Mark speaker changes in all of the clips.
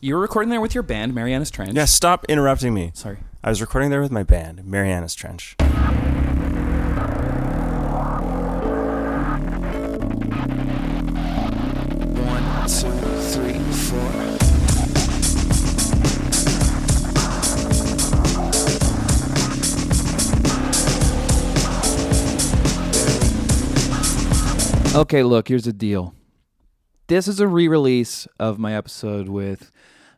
Speaker 1: You were recording there with your band, Marianas Trench.
Speaker 2: Yeah, stop interrupting me.
Speaker 1: Sorry.
Speaker 2: I was recording there with my band, Marianas Trench.
Speaker 3: One, two, three, four.
Speaker 4: Okay, look, here's the deal. This is a re-release of my episode with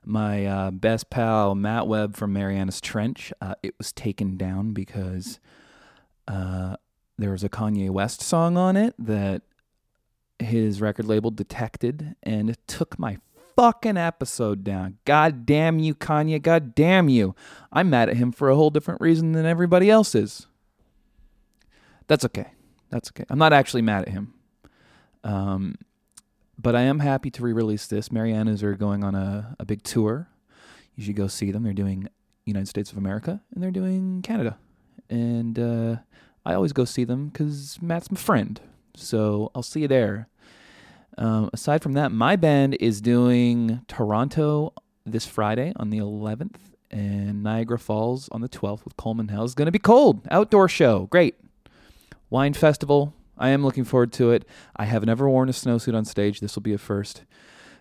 Speaker 4: my uh, best pal Matt Webb from Marianas Trench. Uh, it was taken down because uh, there was a Kanye West song on it that his record label detected, and it took my fucking episode down. God damn you, Kanye! God damn you! I'm mad at him for a whole different reason than everybody else is. That's okay. That's okay. I'm not actually mad at him. Um, but I am happy to re-release this. Marianas are going on a, a big tour. You should go see them. They're doing United States of America and they're doing Canada. And uh, I always go see them because Matt's my friend. So I'll see you there. Um, aside from that, my band is doing Toronto this Friday on the 11th and Niagara Falls on the 12th with Coleman Hell. It's going to be cold. Outdoor show. Great. Wine Festival. I am looking forward to it. I have never worn a snowsuit on stage. This will be a first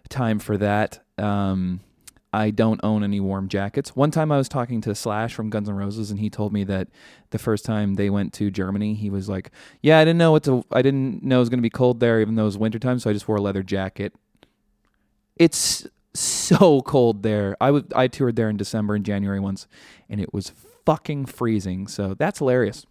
Speaker 4: time for that. Um, I don't own any warm jackets. One time I was talking to Slash from Guns N' Roses, and he told me that the first time they went to Germany, he was like, "Yeah, I didn't know what to. I didn't know it was going to be cold there, even though it was wintertime, so I just wore a leather jacket." It's so cold there. I would I toured there in December and January once, and it was fucking freezing. So that's hilarious.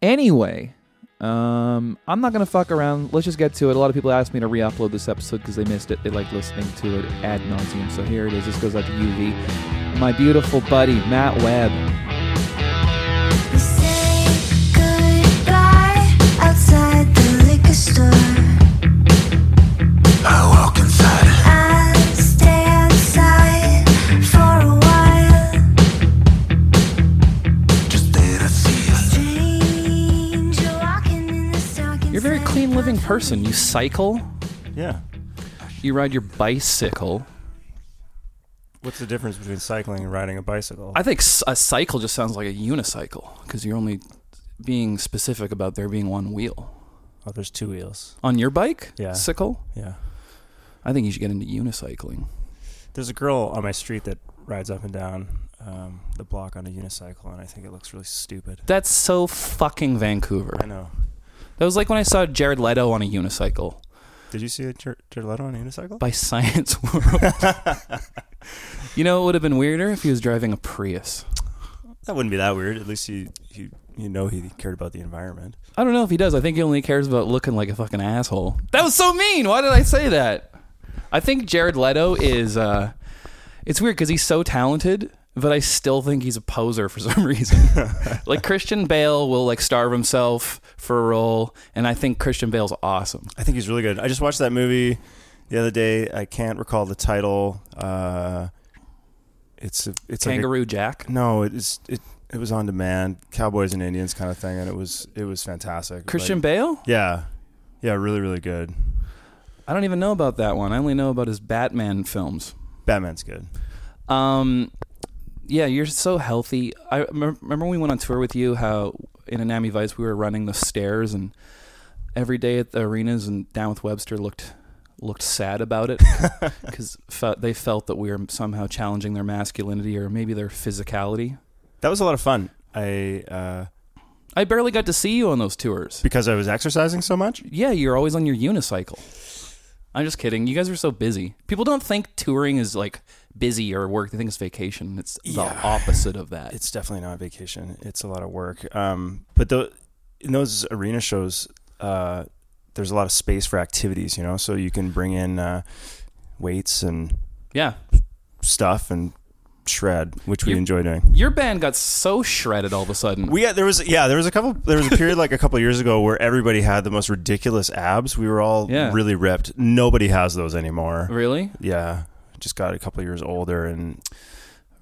Speaker 4: Anyway, um, I'm not gonna fuck around. Let's just get to it. A lot of people asked me to re-upload this episode because they missed it. They like listening to it ad nauseum. So here it is. This goes out to UV, my beautiful buddy Matt Webb.
Speaker 5: Say goodbye outside the liquor store.
Speaker 3: I walk inside.
Speaker 5: I'll stay outside for a while.
Speaker 3: Just there to see you.
Speaker 5: Stranger walking in the stocking.
Speaker 1: You're a very clean living person. You cycle,
Speaker 2: Yeah.
Speaker 1: you ride your bicycle.
Speaker 2: What's the difference between cycling and riding a bicycle?
Speaker 1: I think s- a cycle just sounds like a unicycle because you're only being specific about there being one wheel.
Speaker 2: oh, there's two wheels.
Speaker 1: On your bike?
Speaker 2: Yeah.
Speaker 1: Sickle?
Speaker 2: Yeah.
Speaker 1: I think you should get into unicycling.
Speaker 2: There's a girl on my street that rides up and down um, the block on a unicycle, and I think it looks really stupid.
Speaker 1: That's so fucking Vancouver.
Speaker 2: I know.
Speaker 1: That was like when I saw Jared Leto on a unicycle
Speaker 2: Did you see a Ger- Gerletto on a unicycle?
Speaker 1: by Science World. you know, it would have been weirder if he was driving a Prius.
Speaker 2: That wouldn't be that weird. At least he, he, you know, he cared about the environment.
Speaker 1: I don't know if he does. I think he only cares about looking like a fucking asshole. That was so mean. Why did I say that? I think Jared Leto is. uh It's weird because he's so talented, but I still think he's a poser for some reason. like Christian Bale will like starve himself for a role, and I think Christian Bale's awesome.
Speaker 2: I think he's really good. I just watched that movie the other day. I can't recall the title. Uh, it's a, it's like a-
Speaker 1: Kangaroo Jack.
Speaker 2: no, it is it. It was on demand, Cowboys and Indians kind of thing, and it was it was fantastic.
Speaker 1: Christian
Speaker 2: Like,
Speaker 1: Bale?
Speaker 2: yeah, yeah, really, really good.
Speaker 1: I don't even know about that one. I only know about his Batman films.
Speaker 2: Batman's good.
Speaker 1: Um, yeah, you're so healthy. I remem- remember when we went on tour with you. How in Anami Vice we were running the stairs, and every day at the arenas and down with Webster looked looked sad about it because fe- they felt that we were somehow challenging their masculinity or maybe their physicality.
Speaker 2: That was a lot of fun. I uh,
Speaker 1: I barely got to see you on those tours.
Speaker 2: because I was exercising so much.
Speaker 1: Yeah, you're always on your unicycle. I'm just kidding. You guys are so busy. People don't think touring is like busy or work. They think it's vacation. It's the
Speaker 2: Yeah.
Speaker 1: opposite of that.
Speaker 2: It's definitely not vacation. It's a lot of work. Um, but the, in those arena shows, uh, there's a lot of space for activities. You know, so you can bring in uh, weights and
Speaker 1: yeah.
Speaker 2: stuff and shred, which we
Speaker 1: You-
Speaker 2: enjoy doing.
Speaker 1: Your band got so shredded all of a sudden.
Speaker 2: We had, there was yeah there was a couple there was a period like a couple years ago where everybody had the most ridiculous abs. We were all
Speaker 1: Yeah.
Speaker 2: really ripped. Nobody has those anymore.
Speaker 1: really?
Speaker 2: Yeah, just got a couple years older and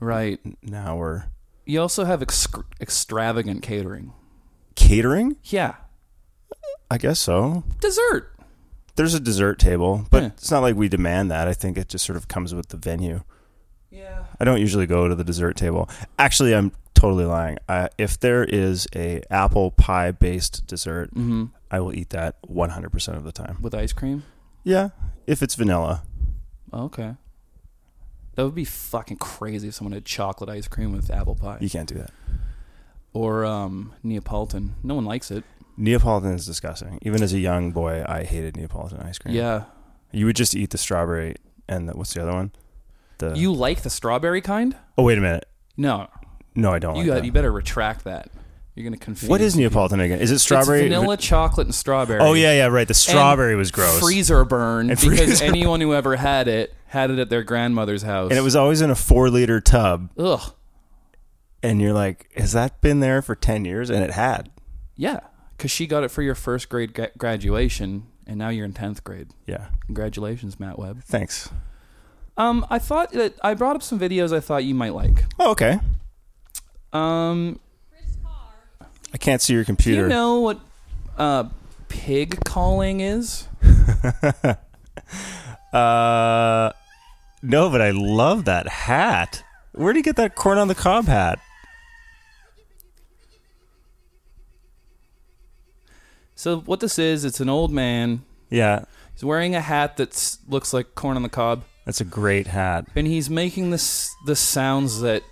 Speaker 1: Right.
Speaker 2: now we're
Speaker 1: You also have exc- extravagant catering.
Speaker 2: catering.
Speaker 1: Yeah.
Speaker 2: I guess so.
Speaker 1: Dessert.
Speaker 2: there's a dessert table, but
Speaker 1: Yeah.
Speaker 2: it's not like we demand that. I think it just sort of comes with the venue.
Speaker 1: Yeah.
Speaker 2: I don't usually go to the dessert table. Actually, I'm totally lying. I, if there is a apple pie based dessert,
Speaker 1: Mm-hmm.
Speaker 2: I will eat that 100% of the time.
Speaker 1: With ice cream. Oh,
Speaker 2: Yeah, if it's vanilla.
Speaker 1: Okay. That would be fucking crazy if someone had chocolate ice cream with apple pie
Speaker 2: You can't do that.
Speaker 1: or um, Neapolitan. No one likes it.
Speaker 2: Neapolitan is disgusting. Even as a young boy, I hated Neapolitan ice cream.
Speaker 1: Yeah. Uh.
Speaker 2: You would just eat the strawberry and the, what's the other one? The
Speaker 1: You like the strawberry kind?
Speaker 2: Oh, wait a minute.
Speaker 1: No.
Speaker 2: No, I don't
Speaker 1: You
Speaker 2: like
Speaker 1: got,
Speaker 2: that.
Speaker 1: you better retract that. You're gonna confuse.
Speaker 2: What is
Speaker 1: people.
Speaker 2: Neapolitan again? Is it
Speaker 1: It's
Speaker 2: strawberry?
Speaker 1: vanilla, chocolate, and strawberry.
Speaker 2: Oh yeah, yeah, right. The
Speaker 1: And
Speaker 2: strawberry was gross.
Speaker 1: Freezer burn
Speaker 2: And
Speaker 1: because
Speaker 2: freezer-
Speaker 1: anyone who ever had it had it at their grandmother's house.
Speaker 2: and it was always in a four liter tub.
Speaker 1: ugh.
Speaker 2: And you're like, has that been there for ten years? And it had.
Speaker 1: Yeah, because she got it for your first grade gra- graduation, and now you're in tenth grade.
Speaker 2: Yeah.
Speaker 1: Congratulations, Matt Webb.
Speaker 2: Thanks.
Speaker 1: Um, I thought that I brought up some videos I thought you might like.
Speaker 2: Oh, okay.
Speaker 1: Um,
Speaker 2: I can't see your
Speaker 1: do
Speaker 2: computer.
Speaker 1: you know what uh, pig calling is?
Speaker 2: Uh, no, but I love that hat. Where would you get that corn on the cob hat?
Speaker 1: So what this is, it's an old man.
Speaker 2: Yeah,
Speaker 1: He's wearing a hat that looks like corn on the cob,
Speaker 2: that's a great hat.
Speaker 1: and he's making this the sounds that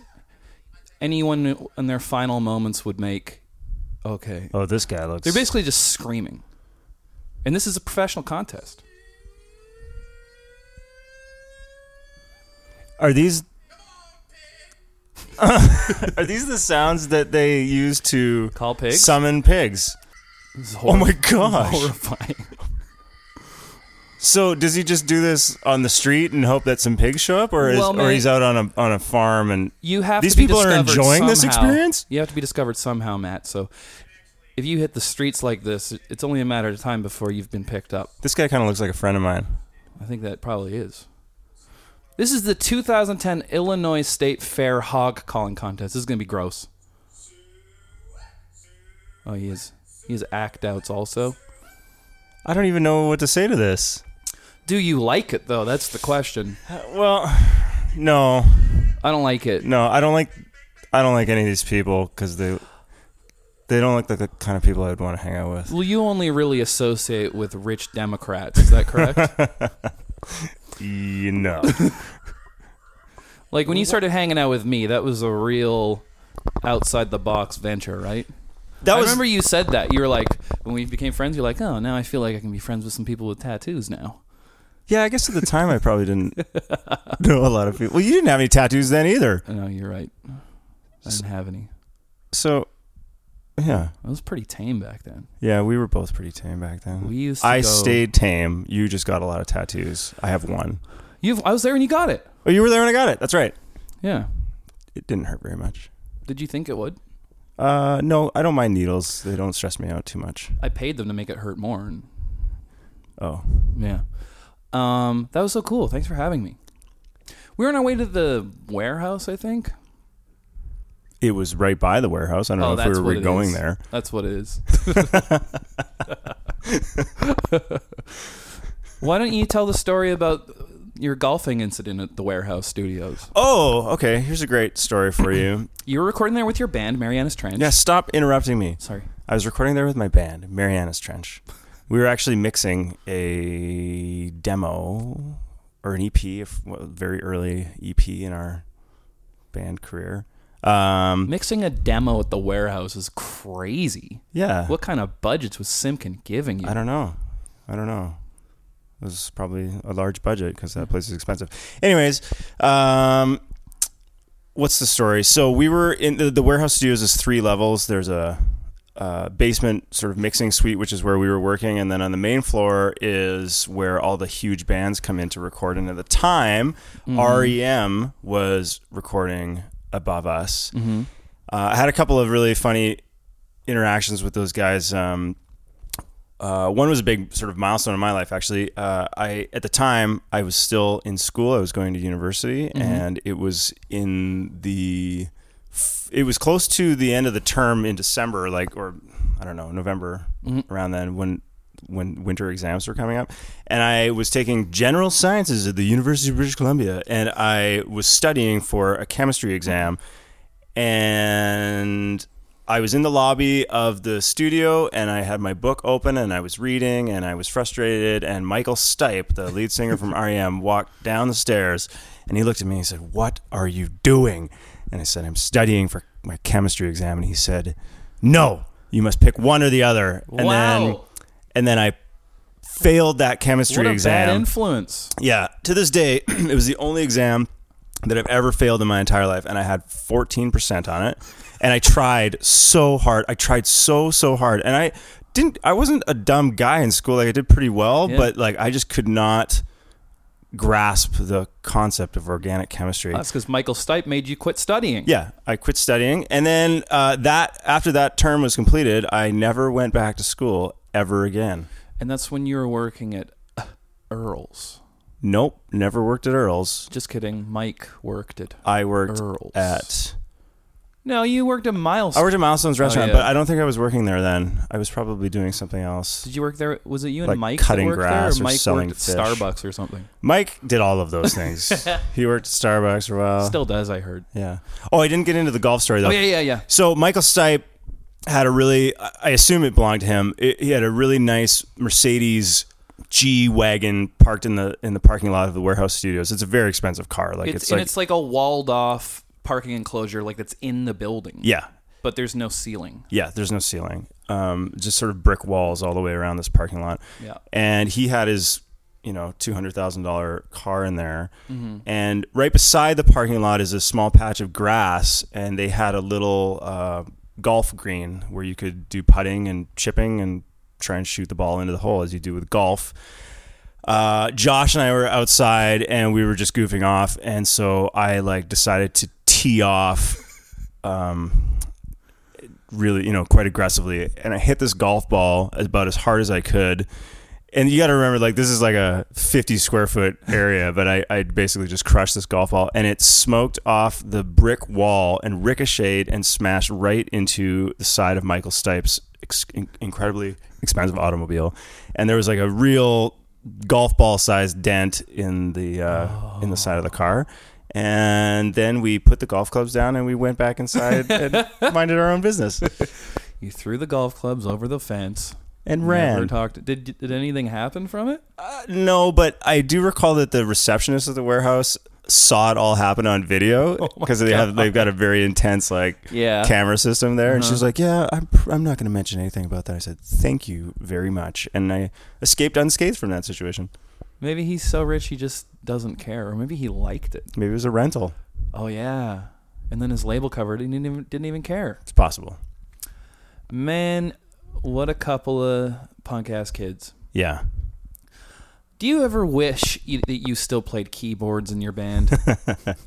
Speaker 1: anyone in their final moments would make. Okay,
Speaker 2: Oh, this guy looks.
Speaker 1: They're basically just screaming. And this is a professional contest.
Speaker 2: Are these? Are these the sounds that they use to
Speaker 1: Call pigs?
Speaker 2: summon pigs?
Speaker 1: This is
Speaker 2: Oh
Speaker 1: horri-
Speaker 2: my gosh!
Speaker 1: Horrifying.
Speaker 2: So does he just do this on the street and hope that some pigs show up, or is,
Speaker 1: Well,
Speaker 2: or
Speaker 1: man-
Speaker 2: he's out on a on a farm and
Speaker 1: You have
Speaker 2: These
Speaker 1: to be
Speaker 2: people are
Speaker 1: discovered
Speaker 2: enjoying this
Speaker 1: somehow.
Speaker 2: experience?
Speaker 1: You have to be discovered somehow, Matt. So if you hit the streets like this, it's only a matter of time before you've been picked up.
Speaker 2: this guy kind of looks like a friend of mine.
Speaker 1: I think that probably is. This is the 2010 Illinois State Fair hog calling contest. This is going to be gross. Oh, he is. He has act outs also.
Speaker 2: I don't even know what to say to this.
Speaker 1: Do you like it though? That's the question.
Speaker 2: Well, no,
Speaker 1: I don't like it.
Speaker 2: no, I don't like I don't like any of these people because they they don't look like the kind of people I would want to hang out with.
Speaker 1: Well, you only really associate with rich Democrats. Is that correct?
Speaker 2: You know,
Speaker 1: like when you started hanging out with me, that was a real outside the box venture, right?
Speaker 2: that
Speaker 1: I
Speaker 2: was
Speaker 1: remember you said that. You were like, when we became friends, you're like, oh, now I feel like I can be friends with some people with tattoos now.
Speaker 2: yeah. I guess at the time I probably didn't know a lot of people. Well, you didn't have any tattoos then either,
Speaker 1: Oh, No, you're right. I didn't have any.
Speaker 2: so yeah,
Speaker 1: I was pretty tame back then.
Speaker 2: yeah. We were both pretty tame back then.
Speaker 1: We used. To
Speaker 2: I
Speaker 1: go-
Speaker 2: stayed tame. You just got a lot of tattoos. I have one.
Speaker 1: You've, I was there when you got it.
Speaker 2: Oh, you were there when I got it. That's right.
Speaker 1: Yeah.
Speaker 2: It didn't hurt very much.
Speaker 1: Did you think it would?
Speaker 2: Uh, no, I don't mind needles. They don't stress me out too much.
Speaker 1: I paid them to make it hurt more. And,
Speaker 2: Oh,
Speaker 1: yeah. Um, that was so cool. Thanks for having me. We were on our way to the warehouse, I think.
Speaker 2: it was right by the warehouse. I don't know if we were
Speaker 1: Oh, what it
Speaker 2: going
Speaker 1: is.
Speaker 2: there.
Speaker 1: That's what it is. Why don't you tell the story about your golfing incident at the warehouse studios?
Speaker 2: Oh, okay. Here's a great story for you.
Speaker 1: You were recording there with your band, Mariana's Trench.
Speaker 2: yeah, stop interrupting me.
Speaker 1: Sorry.
Speaker 2: I was recording there with my band, Mariana's Trench. We were actually mixing a demo or an EP, a f- well, very early EP in our band career. Um,
Speaker 1: Mixing a demo at the warehouse is crazy.
Speaker 2: yeah.
Speaker 1: What kind of budgets was Simkin giving you?
Speaker 2: I don't know. I don't know. It was probably a large budget because that place is expensive. Anyways, um, what's the story? So we were in the, the warehouse studios is three levels. There's a uh, basement sort of mixing suite, which is where we were working, and then on the main floor is where all the huge bands come in to record. And at the time, REM was recording above us. Uh, I had a couple of really funny interactions with those guys. Um, uh, one was a big sort of milestone in my life. Actually, uh, I at the time I was still in school. I was going to university, and it was in the f- it was close to the end of the term in December, like or I don't know November around then when when winter exams were coming up, and I was taking general sciences at the University of British Columbia, and I was studying for a chemistry exam, and I was in the lobby of the studio, and I had my book open, and I was reading, and I was frustrated, and Michael Stipe, the lead singer from REM, walked down the stairs, and he looked at me and he said, "What are you doing?" And I said, "I'm studying for my chemistry exam," and he said, "No." You must pick one or the other, and then
Speaker 1: Wow.
Speaker 2: and then I failed that chemistry
Speaker 1: What a bad
Speaker 2: exam.
Speaker 1: influence.
Speaker 2: yeah, to this day, it was the only exam that I've ever failed in my entire life, and I had 14% on it. And I tried so hard. I tried so so hard, and I didn't. I wasn't a dumb guy in school. Like I did pretty well,
Speaker 1: Yeah.
Speaker 2: but like I just could not grasp the concept of organic chemistry.
Speaker 1: That's because Michael Stipe made you quit studying.
Speaker 2: Yeah, I quit studying, and then uh, that after that term was completed, I never went back to school ever again.
Speaker 1: And that's when you were working at uh, Earl's.
Speaker 2: Nope, never worked at Earl's.
Speaker 1: Just kidding. Mike worked at.
Speaker 2: I worked
Speaker 1: Earl's.
Speaker 2: at
Speaker 1: No, you worked at Miles.
Speaker 2: I worked at Milestone's restaurant,
Speaker 1: Oh, yeah.
Speaker 2: but I don't think I was working there then. I was probably doing something else.
Speaker 1: Did you work there? Was it you and
Speaker 2: Like
Speaker 1: Mike
Speaker 2: cutting
Speaker 1: that worked
Speaker 2: grass
Speaker 1: there,
Speaker 2: or
Speaker 1: or Mike
Speaker 2: selling
Speaker 1: worked at
Speaker 2: fish.
Speaker 1: Starbucks or something?
Speaker 2: Mike did all of those things. he worked at Starbucks for a while.
Speaker 1: Still does, I heard.
Speaker 2: Yeah. Oh, I didn't get into the golf story though.
Speaker 1: Oh yeah, yeah, yeah.
Speaker 2: So Michael Stipe had a really, I I assume it belonged to him. It, he had a really nice Mercedes G wagon parked in the in the parking lot of the warehouse studios. It's a very expensive car. Like
Speaker 1: It's,
Speaker 2: it's,
Speaker 1: and
Speaker 2: like
Speaker 1: it's like a walled off parking enclosure, like that's in the building.
Speaker 2: yeah,
Speaker 1: but there's no ceiling.
Speaker 2: yeah. There's no ceiling. Um, just sort of brick walls all the way around this parking lot.
Speaker 1: Yeah.
Speaker 2: And he had his you know two hundred thousand dollar car in there, and right beside the parking lot is a small patch of grass, and they had a little uh, golf green where you could do putting and chipping and try and shoot the ball into the hole as you do with golf. uh, Josh and I were outside and we were just goofing off, and so I like decided to tee off, um, really you know quite aggressively, and I hit this golf ball about as hard as I could. And you got to remember, like this is like a 50 square foot area, but I, I basically just crushed this golf ball, and it smoked off the brick wall and ricocheted and smashed right into the side of Michael Stipe's ex- in- incredibly expensive automobile, and there was like a real golf ball sized dent in the uh, in the side of the car. And then we put the golf clubs down and we went back inside and minded our own business
Speaker 1: You threw the golf clubs over the fence.
Speaker 2: and
Speaker 1: Never
Speaker 2: ran.
Speaker 1: talked. Did did anything happen from it?
Speaker 2: Uh, no, but I do recall that the receptionist at the warehouse saw it all happen on video because they have they've got a very intense like
Speaker 1: Oh Yeah. Uh-huh.
Speaker 2: camera system there and she's like yeah I'm, pr- I'm not going to mention anything about that I said thank you very much and I escaped unscathed from that situation
Speaker 1: Maybe he's so rich he just doesn't care, or maybe he liked it.
Speaker 2: maybe it was a rental
Speaker 1: Oh yeah. And then his label covered, and he didn't even, didn't even care.
Speaker 2: it's possible
Speaker 1: Man, what a couple of punk ass kids.
Speaker 2: yeah
Speaker 1: Do you ever wish you, that you still played keyboards in your band?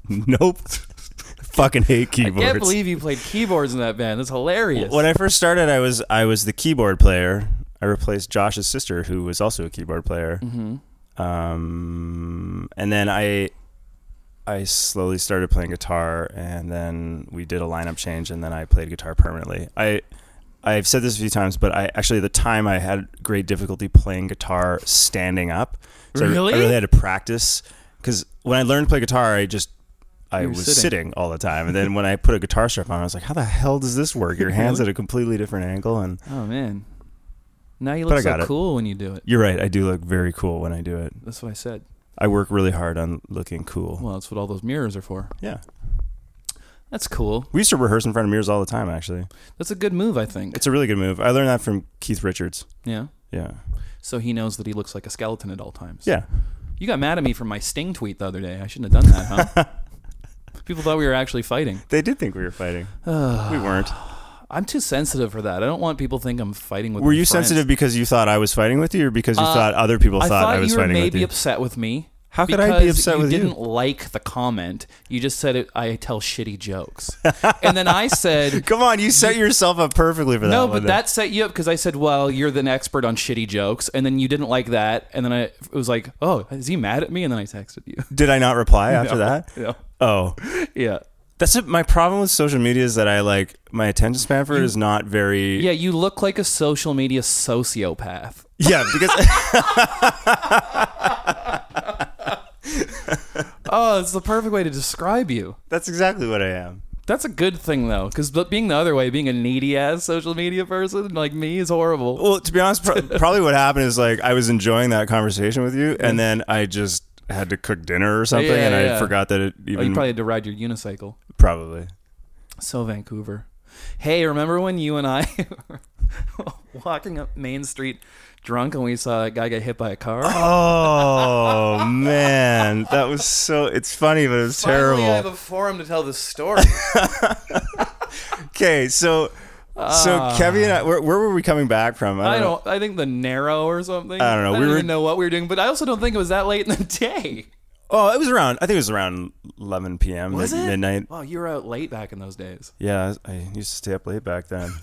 Speaker 2: Nope. Fucking hate keyboards.
Speaker 1: I can't believe you played keyboards in that band. That's hilarious.
Speaker 2: when I first started, I was I was the keyboard player. I replaced Josh's sister, who was also a keyboard player.
Speaker 1: Mm-hmm.
Speaker 2: Um, and then I I slowly started playing guitar, and then we did a lineup change, and then I played guitar permanently. I I've said this a few times, but I actually at the time I had great difficulty playing guitar standing up. So I-
Speaker 1: Really?
Speaker 2: I, really had to practice because when I learned to play guitar, I just I
Speaker 1: You were
Speaker 2: was
Speaker 1: sitting.
Speaker 2: sitting sitting all the time. And then when I put a guitar strap on, I was like, "How the hell does this work? Your hands at a completely different angle." And
Speaker 1: oh man. Now you
Speaker 2: But
Speaker 1: look
Speaker 2: I got
Speaker 1: so
Speaker 2: it.
Speaker 1: cool when you do it.
Speaker 2: you're right; I do look very cool when I do it.
Speaker 1: That's what I said.
Speaker 2: I work really hard on looking cool.
Speaker 1: Well, that's what all those mirrors are for.
Speaker 2: yeah,
Speaker 1: That's cool.
Speaker 2: we used to rehearse in front of mirrors all the time. Actually,
Speaker 1: That's a good move, I think.
Speaker 2: it's a really good move. I learned that from Keith Richards.
Speaker 1: yeah.
Speaker 2: Yeah,
Speaker 1: So he knows that he looks like a skeleton at all times.
Speaker 2: yeah.
Speaker 1: You got mad at me for my sting tweet the other day. I shouldn't have done that, huh? People thought we were actually fighting.
Speaker 2: They did think we were fighting. we weren't.
Speaker 1: I'm too sensitive for that. I don't want people to think I'm fighting with
Speaker 2: Were
Speaker 1: my
Speaker 2: you
Speaker 1: friends.
Speaker 2: sensitive because you thought I was fighting with you, or because you
Speaker 1: Uh,
Speaker 2: thought other people
Speaker 1: I
Speaker 2: thought,
Speaker 1: thought
Speaker 2: I was
Speaker 1: you were
Speaker 2: fighting with
Speaker 1: maybe
Speaker 2: you?
Speaker 1: upset with me.
Speaker 2: How could I be
Speaker 1: because
Speaker 2: upset with you?
Speaker 1: didn't like the comment. You just said it, I tell shitty jokes, and then I said,
Speaker 2: Come on, you set yourself up perfectly for that.
Speaker 1: "No,
Speaker 2: one
Speaker 1: but
Speaker 2: then.
Speaker 1: that set you up because I said, well, you're the expert on shitty jokes,' and then you didn't like that, and then I it was like, oh, is he mad at me? And then I texted you.
Speaker 2: did I not reply after that?
Speaker 1: yeah,
Speaker 2: Oh,
Speaker 1: yeah.
Speaker 2: That's it. my problem with social media is that I like my attention span for it is not very.
Speaker 1: Yeah, you look like a social media sociopath.
Speaker 2: Yeah, because
Speaker 1: Oh, it's the perfect way to describe you.
Speaker 2: that's exactly what I am.
Speaker 1: That's a good thing though, because being the other way, being a needy ass social media person like me is horrible.
Speaker 2: Well, to be honest, pro- probably what happened is like I was enjoying that conversation with you, and then I just had to cook dinner or something,
Speaker 1: Yeah,
Speaker 2: and I
Speaker 1: yeah.
Speaker 2: forgot that it
Speaker 1: Oh, you
Speaker 2: even
Speaker 1: probably had to ride your unicycle.
Speaker 2: probably.
Speaker 1: So Vancouver. Hey, remember when you and I were walking up Main Street drunk and we saw a guy get hit by a car?
Speaker 2: Oh man, that was so. It's funny, but it was
Speaker 1: Finally, I have
Speaker 2: terrible.
Speaker 1: a forum to tell this story.
Speaker 2: Okay, so so Kevin and I, where, where were we coming back from?
Speaker 1: Ah. I don't. I think the narrow or something.
Speaker 2: I don't know.
Speaker 1: I
Speaker 2: We
Speaker 1: don't
Speaker 2: were-
Speaker 1: even know what we were doing, but I also don't think it was that late in the day.
Speaker 2: Oh, it was around. I think it was around 11 p.m.
Speaker 1: Was
Speaker 2: mid-
Speaker 1: it?
Speaker 2: midnight.
Speaker 1: Wow, you were out late back in those days.
Speaker 2: Yeah, I I used to stay up late back then.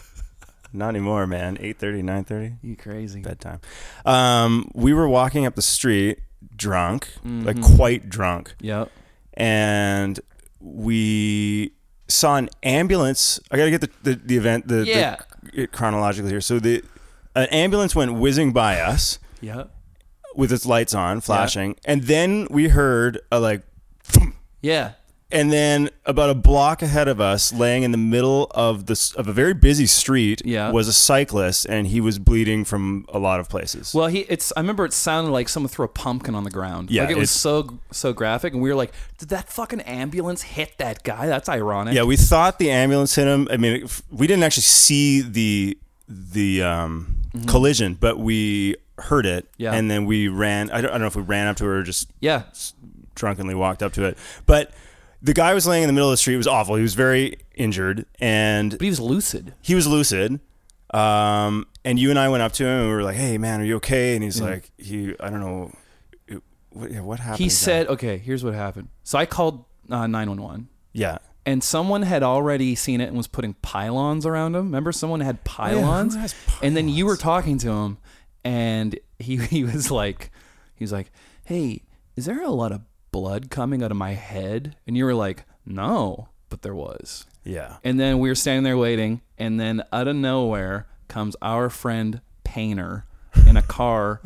Speaker 2: Not anymore, man. 8:30, 9:30
Speaker 1: You crazy.
Speaker 2: bedtime. Um, we were walking up the street drunk, like quite drunk,
Speaker 1: Yep.
Speaker 2: and we saw an ambulance. I got to get the, the, the event the, the-
Speaker 1: Yeah.
Speaker 2: it chronologically here. So the an ambulance went whizzing by us
Speaker 1: Yep.
Speaker 2: with its lights on, flashing, and then we heard a like
Speaker 1: Yeah.
Speaker 2: and then about a block ahead of us, laying in the middle of this of a very busy street,
Speaker 1: Yeah.
Speaker 2: was a cyclist, and he was bleeding from a lot of places.
Speaker 1: Well, he. It's. I remember it sounded like someone threw a pumpkin on the ground.
Speaker 2: Yeah,
Speaker 1: Like it was
Speaker 2: it's-
Speaker 1: so so graphic, and we were like, "Did that fucking ambulance hit that guy? That's ironic."
Speaker 2: yeah, we thought the ambulance hit him. I mean, if- we didn't actually see the the um, collision, but we heard it,
Speaker 1: Mm-hmm. Yeah.
Speaker 2: and then we ran. I don't, I don't know if we ran up to her or just
Speaker 1: Yeah.
Speaker 2: drunkenly walked up to it, but. The guy was laying in the middle of the street. It was awful. He was very injured, and
Speaker 1: But he was lucid.
Speaker 2: he was lucid. Um, and you and I went up to him and we were like, "Hey, man, are you okay?" And he's like, "He, I don't know, it, what, yeah, what happened."
Speaker 1: He
Speaker 2: exactly?"
Speaker 1: said, "Okay, here's what happened." So I called uh, nine one one.
Speaker 2: "Yeah,
Speaker 1: and someone had already seen it and was putting pylons around him. Remember, someone had pylons,
Speaker 2: Oh, who has
Speaker 1: and then you were talking to him, and he he was like, he was like, "Hey, is there a lot of blood coming out of my head?" And you were like, "No," but there was.
Speaker 2: yeah."
Speaker 1: And then we were standing there waiting, and then out of nowhere comes our friend Painter in a car,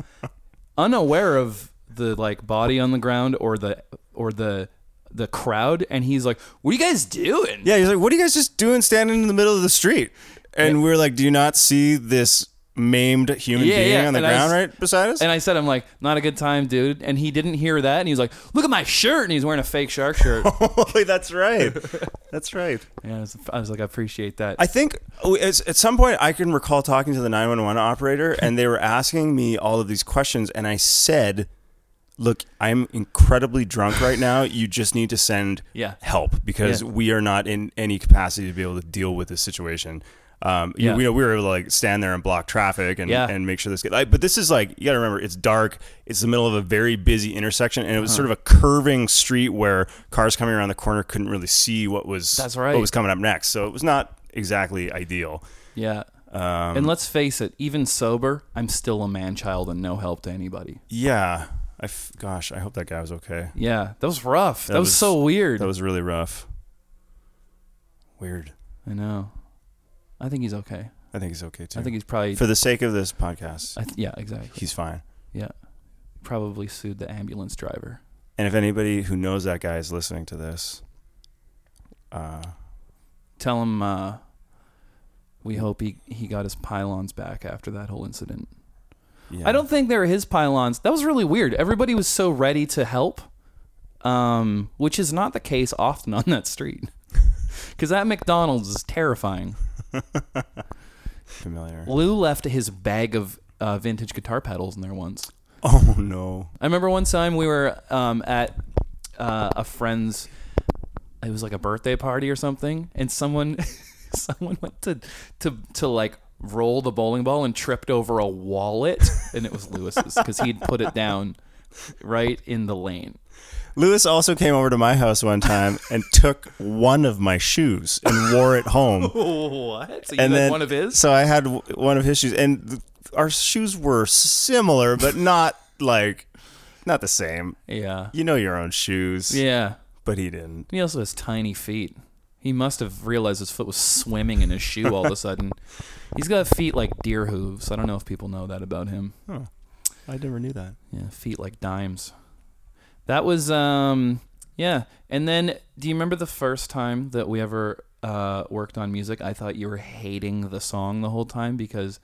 Speaker 1: unaware of the like body on the ground or the or the the crowd, and he's like, "What are you guys doing?"
Speaker 2: Yeah, he's like, "What are you guys just doing, standing in the middle of the street?" And we are like, "Do you not see this maimed human
Speaker 1: Yeah,
Speaker 2: being
Speaker 1: yeah,
Speaker 2: on the
Speaker 1: and I s-
Speaker 2: ground right beside us?"
Speaker 1: And I said, "I'm like, not a good time, dude." And he didn't hear that, and he's like, "Look at my shirt," and he's wearing a fake shark shirt.
Speaker 2: Holy, that's right. that's right.
Speaker 1: yeah, I was, I was like, "I appreciate that."
Speaker 2: I think oh, it's- at some point I can recall talking to the 911 operator and they were asking me all of these questions and I said, "Look, I'm incredibly drunk right now. You just need to send
Speaker 1: Yeah.
Speaker 2: help because
Speaker 1: Yeah.
Speaker 2: we are not in any capacity to be able to deal with this situation." Um, you-
Speaker 1: Yeah.
Speaker 2: we, we were able to like stand there and block traffic and,
Speaker 1: Yeah.
Speaker 2: and make sure this. Get, I, but this is like you got to remember, it's dark. It's the middle of a very busy intersection, and it
Speaker 1: Uh-huh.
Speaker 2: was sort of a curving street where cars coming around the corner couldn't really see what was
Speaker 1: That's right.
Speaker 2: what was coming up next. So it was not exactly ideal.
Speaker 1: yeah.
Speaker 2: Um,
Speaker 1: and let's face it, even sober, I'm still a man child and no help to anybody.
Speaker 2: Yeah. I f- gosh, I hope that guy was okay.
Speaker 1: Yeah, that was rough. That,
Speaker 2: That
Speaker 1: was,
Speaker 2: was-
Speaker 1: so weird.
Speaker 2: That was really rough. Weird.
Speaker 1: I know. I think he's okay.
Speaker 2: I think he's okay too.
Speaker 1: I think he's probably.
Speaker 2: for the sake of this podcast,
Speaker 1: I th- yeah, exactly.
Speaker 2: he's fine.
Speaker 1: Yeah, probably sued the ambulance driver.
Speaker 2: And if anybody who knows that guy is listening to this, uh,
Speaker 1: Tell him uh, we hope he he got his pylons back after that whole incident.
Speaker 2: yeah.
Speaker 1: I don't think they were his pylons. That was really weird. Everybody was so ready to help, um, which is not the case often on that street. Because that McDonald's is terrifying.
Speaker 2: familiar.
Speaker 1: Lou left his bag of uh, vintage guitar pedals in there once.
Speaker 2: Oh no.
Speaker 1: I remember one time we were um, at uh, a friend's. It was like a birthday party or something, and someone, someone went to to to like roll the bowling ball and tripped over a wallet, and it was Lewis's because he'd put it down right in the lane.
Speaker 2: Lewis also came over to my house one time and took one of my shoes and wore it home.
Speaker 1: What? So you
Speaker 2: and
Speaker 1: had
Speaker 2: then
Speaker 1: one of his?
Speaker 2: So I had w- one of his shoes, and th- our shoes were similar, but not like not the same.
Speaker 1: Yeah.
Speaker 2: You know your own shoes,
Speaker 1: Yeah.
Speaker 2: but he didn't.
Speaker 1: He also has tiny feet. He must have realized his foot was swimming in his shoe all of a sudden. He's got feet like deer hooves. I don't know if people know that about him.
Speaker 2: I never knew that.
Speaker 1: Yeah, feet like dimes. That was um yeah. And then do you remember the first time that we ever uh worked on music? I thought you were hating the song the whole time because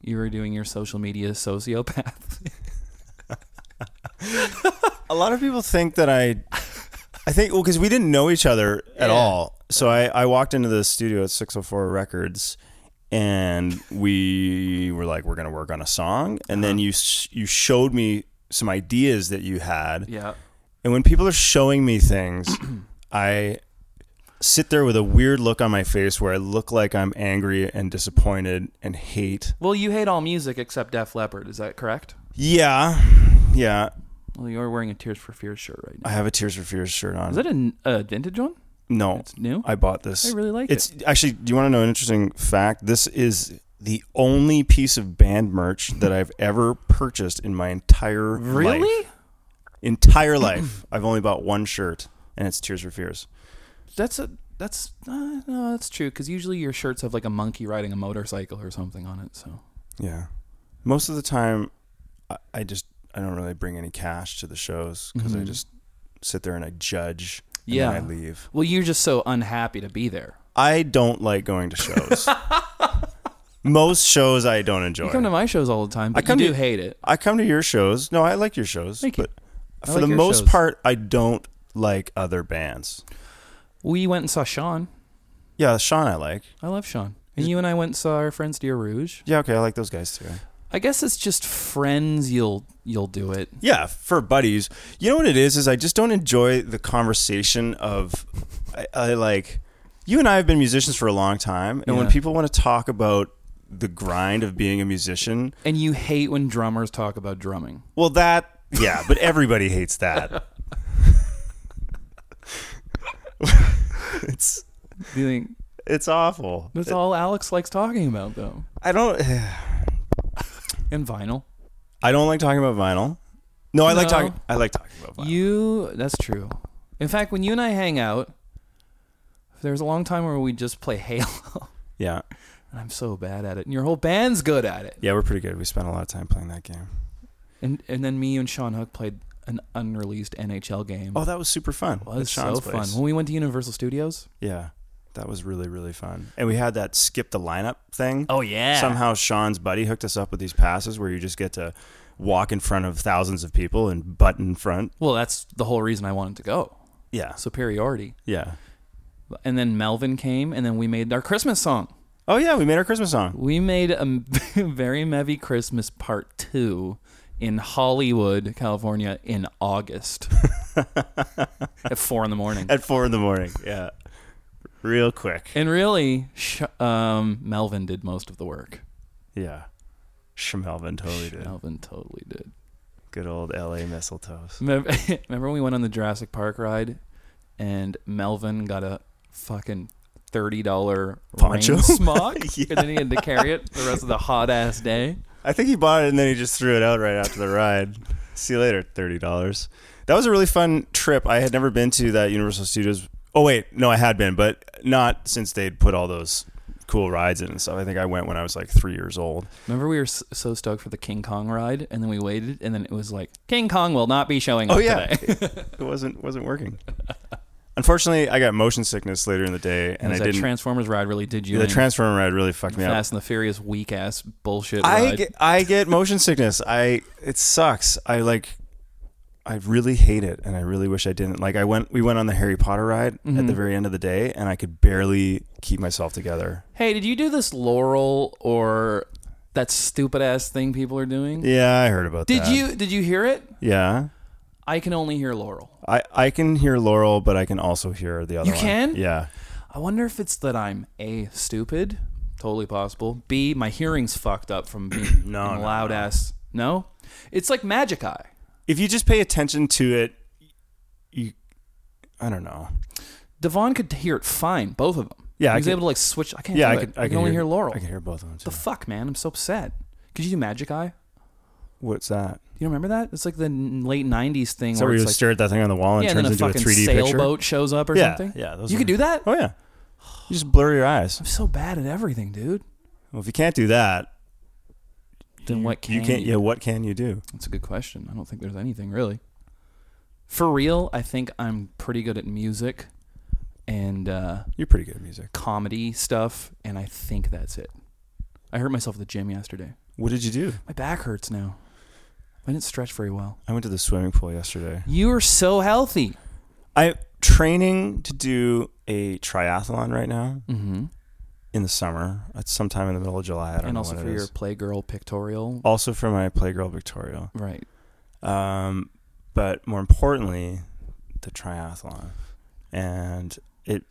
Speaker 1: you were doing your social media sociopath.
Speaker 2: A lot of people think that I, I think well because we didn't know each other at all. So I, I walked into the studio at 604 Records, and we were like, we're gonna work on a song, and then
Speaker 1: Uh-huh.
Speaker 2: you sh- you showed me some ideas that you had,
Speaker 1: yeah.
Speaker 2: and when people are showing me things, I sit there with a weird look on my face where I look like I'm angry and disappointed and hate.
Speaker 1: Well, you hate all music except Def Leppard, is that correct?
Speaker 2: Yeah, yeah.
Speaker 1: Well, you're wearing a Tears for Fears shirt right now.
Speaker 2: I have a Tears for Fears shirt on.
Speaker 1: Is that a, a vintage one?
Speaker 2: No,
Speaker 1: It's new?
Speaker 2: I bought this.
Speaker 1: I really like
Speaker 2: it's, actually. Do you want to know an interesting fact? This is the only piece of band merch that I've ever purchased in my entire
Speaker 1: Really?
Speaker 2: life. entire life. I've only bought one shirt, and it's Tears for Fears.
Speaker 1: That's a that's uh, no, that's true because usually your shirts have like a monkey riding a motorcycle or something on it. So
Speaker 2: Yeah. Most of the time, I, I just I don't really bring any cash to the shows because I
Speaker 1: Mhm.
Speaker 2: just sit there and I judge. And
Speaker 1: Yeah.
Speaker 2: Then I leave.
Speaker 1: well, you're just so unhappy to be there.
Speaker 2: I don't like going to shows. Most shows I don't enjoy.
Speaker 1: You come to my shows all the time, but
Speaker 2: I come
Speaker 1: you do
Speaker 2: to-
Speaker 1: hate it.
Speaker 2: I come to your shows. No, I like your shows,
Speaker 1: Thank you.
Speaker 2: but
Speaker 1: I
Speaker 2: for
Speaker 1: like
Speaker 2: the
Speaker 1: your
Speaker 2: most
Speaker 1: shows.
Speaker 2: part, I don't like other bands.
Speaker 1: We went and saw Sean.
Speaker 2: Yeah, Sean, I like.
Speaker 1: I love Sean. And you and I went and saw our friends Dear Rouge.
Speaker 2: Yeah, okay, I like those guys too.
Speaker 1: I guess it's just friends. You'll you'll do it.
Speaker 2: Yeah, for buddies. You know what it is? Is I just don't enjoy the conversation of, I, I like, you and I have been musicians for a long time, and when
Speaker 1: Yeah.
Speaker 2: people want to talk about the grind of being a musician,
Speaker 1: And you hate when drummers talk about drumming.
Speaker 2: well, that yeah, but everybody hates that. it's
Speaker 1: Do you think
Speaker 2: it's awful.
Speaker 1: that's all Alex likes talking about though?
Speaker 2: I don't.
Speaker 1: And vinyl.
Speaker 2: I don't like talking about vinyl. No, I like
Speaker 1: No.
Speaker 2: talking. I like talking about vinyl.
Speaker 1: You that's true. In fact, when you and I hang out, there was a long time where we just play Halo.
Speaker 2: yeah,
Speaker 1: And I'm so bad at it, and your whole band's good at it.
Speaker 2: yeah, we're pretty good. We spent a lot of time playing that game.
Speaker 1: And and then me and Sean Hook played an unreleased NHL game.
Speaker 2: Oh, that was super fun.
Speaker 1: Well, it was
Speaker 2: At Sean's
Speaker 1: so fun.
Speaker 2: place.
Speaker 1: When we went to Universal Studios.
Speaker 2: Yeah, that was really really fun. And we had that skip the lineup thing.
Speaker 1: yeah.
Speaker 2: Somehow Sean's buddy hooked us up with these passes where you just get to walk in front of thousands of people and butt in front.
Speaker 1: Well, that's the whole reason I wanted to go.
Speaker 2: Yeah,
Speaker 1: Superiority.
Speaker 2: yeah.
Speaker 1: And then Melvin came, and then we made our Christmas song.
Speaker 2: Oh yeah, we made our Christmas song.
Speaker 1: We made a very Mevy Christmas part two in Hollywood, California, in August at four in the morning.
Speaker 2: At four in the morning. Yeah, real quick.
Speaker 1: And really, sh- um, Melvin did most of the work.
Speaker 2: Yeah, Schmelvin totally did.
Speaker 1: Melvin totally did.
Speaker 2: Good old L.A. mistletoes.
Speaker 1: Remember, remember when we went on the Jurassic Park ride and Melvin got a fucking thirty dollar
Speaker 2: Poncho?
Speaker 1: rain smock, and then he had to carry it the rest of the hot ass day.
Speaker 2: I think he bought it and then he just threw it out right after the ride. See you later, thirty dollars. That was a really fun trip. I had never been to that Universal Studios. Oh wait, no, I had been, but not since they'd put all those cool rides in and stuff. I think I went when I was like three years old.
Speaker 1: Remember we were s- so stoked for the King Kong ride, and then we waited, and then it was like King Kong will not be showing
Speaker 2: Oh,
Speaker 1: up today.
Speaker 2: it wasn't wasn't working. Unfortunately, I got motion sickness later in the day,
Speaker 1: And
Speaker 2: and I
Speaker 1: was that
Speaker 2: didn't.
Speaker 1: Transformers ride really did you?
Speaker 2: the
Speaker 1: in.
Speaker 2: Transformer ride really fucked me up.
Speaker 1: Fast and the Furious weak ass bullshit
Speaker 2: I
Speaker 1: ride.
Speaker 2: get, I get motion sickness. I it sucks. I like I really hate it and I really wish I didn't. Like I went we went on the Harry Potter ride at the very end of the day and I could barely keep myself together.
Speaker 1: hey, did you do this Laurel or that stupid ass thing people are doing?
Speaker 2: Yeah, I heard about
Speaker 1: Did
Speaker 2: that.
Speaker 1: you did you hear it?
Speaker 2: Yeah.
Speaker 1: I can only hear Laurel.
Speaker 2: I I can hear Laurel but I can also hear the other
Speaker 1: You
Speaker 2: one.
Speaker 1: can?
Speaker 2: Yeah.
Speaker 1: I wonder if it's that I'm a stupid, totally possible. B my hearing's fucked up from being
Speaker 2: No,
Speaker 1: being
Speaker 2: no,
Speaker 1: loud ass. No, it's like Magic Eye.
Speaker 2: If you just pay attention to it you I don't know.
Speaker 1: Devon could hear it fine, both of them.
Speaker 2: Yeah,
Speaker 1: he
Speaker 2: I
Speaker 1: was
Speaker 2: could-
Speaker 1: able to like switch. I can't.
Speaker 2: Yeah,
Speaker 1: do it.
Speaker 2: I could I,
Speaker 1: I
Speaker 2: could
Speaker 1: can only hear Laurel.
Speaker 2: I can hear both of them. Too.
Speaker 1: The fuck, man! I'm so upset. Could you do Magic Eye?
Speaker 2: What's that?
Speaker 1: You remember that? It's like the n- late '90s thing
Speaker 2: So
Speaker 1: where
Speaker 2: you
Speaker 1: it's
Speaker 2: stare
Speaker 1: like
Speaker 2: at that thing on the wall and
Speaker 1: yeah, and
Speaker 2: turns
Speaker 1: then a
Speaker 2: into a
Speaker 1: fucking
Speaker 2: 3D picture.
Speaker 1: sailboat shows up or
Speaker 2: Yeah,
Speaker 1: something.
Speaker 2: yeah, those
Speaker 1: you
Speaker 2: are-
Speaker 1: could do that.
Speaker 2: Oh yeah. You just blur your eyes.
Speaker 1: I'm so bad at everything, dude.
Speaker 2: Well, if you can't do that,
Speaker 1: Then what can
Speaker 2: you can't. Yeah, what can you do?
Speaker 1: That's a good question. I don't think there's anything really. For real, I think I'm pretty good at music and uh,
Speaker 2: You're pretty good at music.
Speaker 1: comedy stuff, and I think that's it. I hurt myself at the gym yesterday.
Speaker 2: What did you do?
Speaker 1: My back hurts now. I didn't stretch very well.
Speaker 2: I went to the swimming pool yesterday.
Speaker 1: You are so healthy.
Speaker 2: I'm training to do a triathlon right now
Speaker 1: Mm-hmm.
Speaker 2: in the summer. It's sometime in the middle of July. I don't
Speaker 1: And
Speaker 2: know
Speaker 1: also
Speaker 2: when
Speaker 1: for
Speaker 2: it
Speaker 1: your
Speaker 2: is.
Speaker 1: playgirl pictorial.
Speaker 2: Also for my Playgirl Victoria.
Speaker 1: Right.
Speaker 2: Um, but more importantly, the triathlon, and it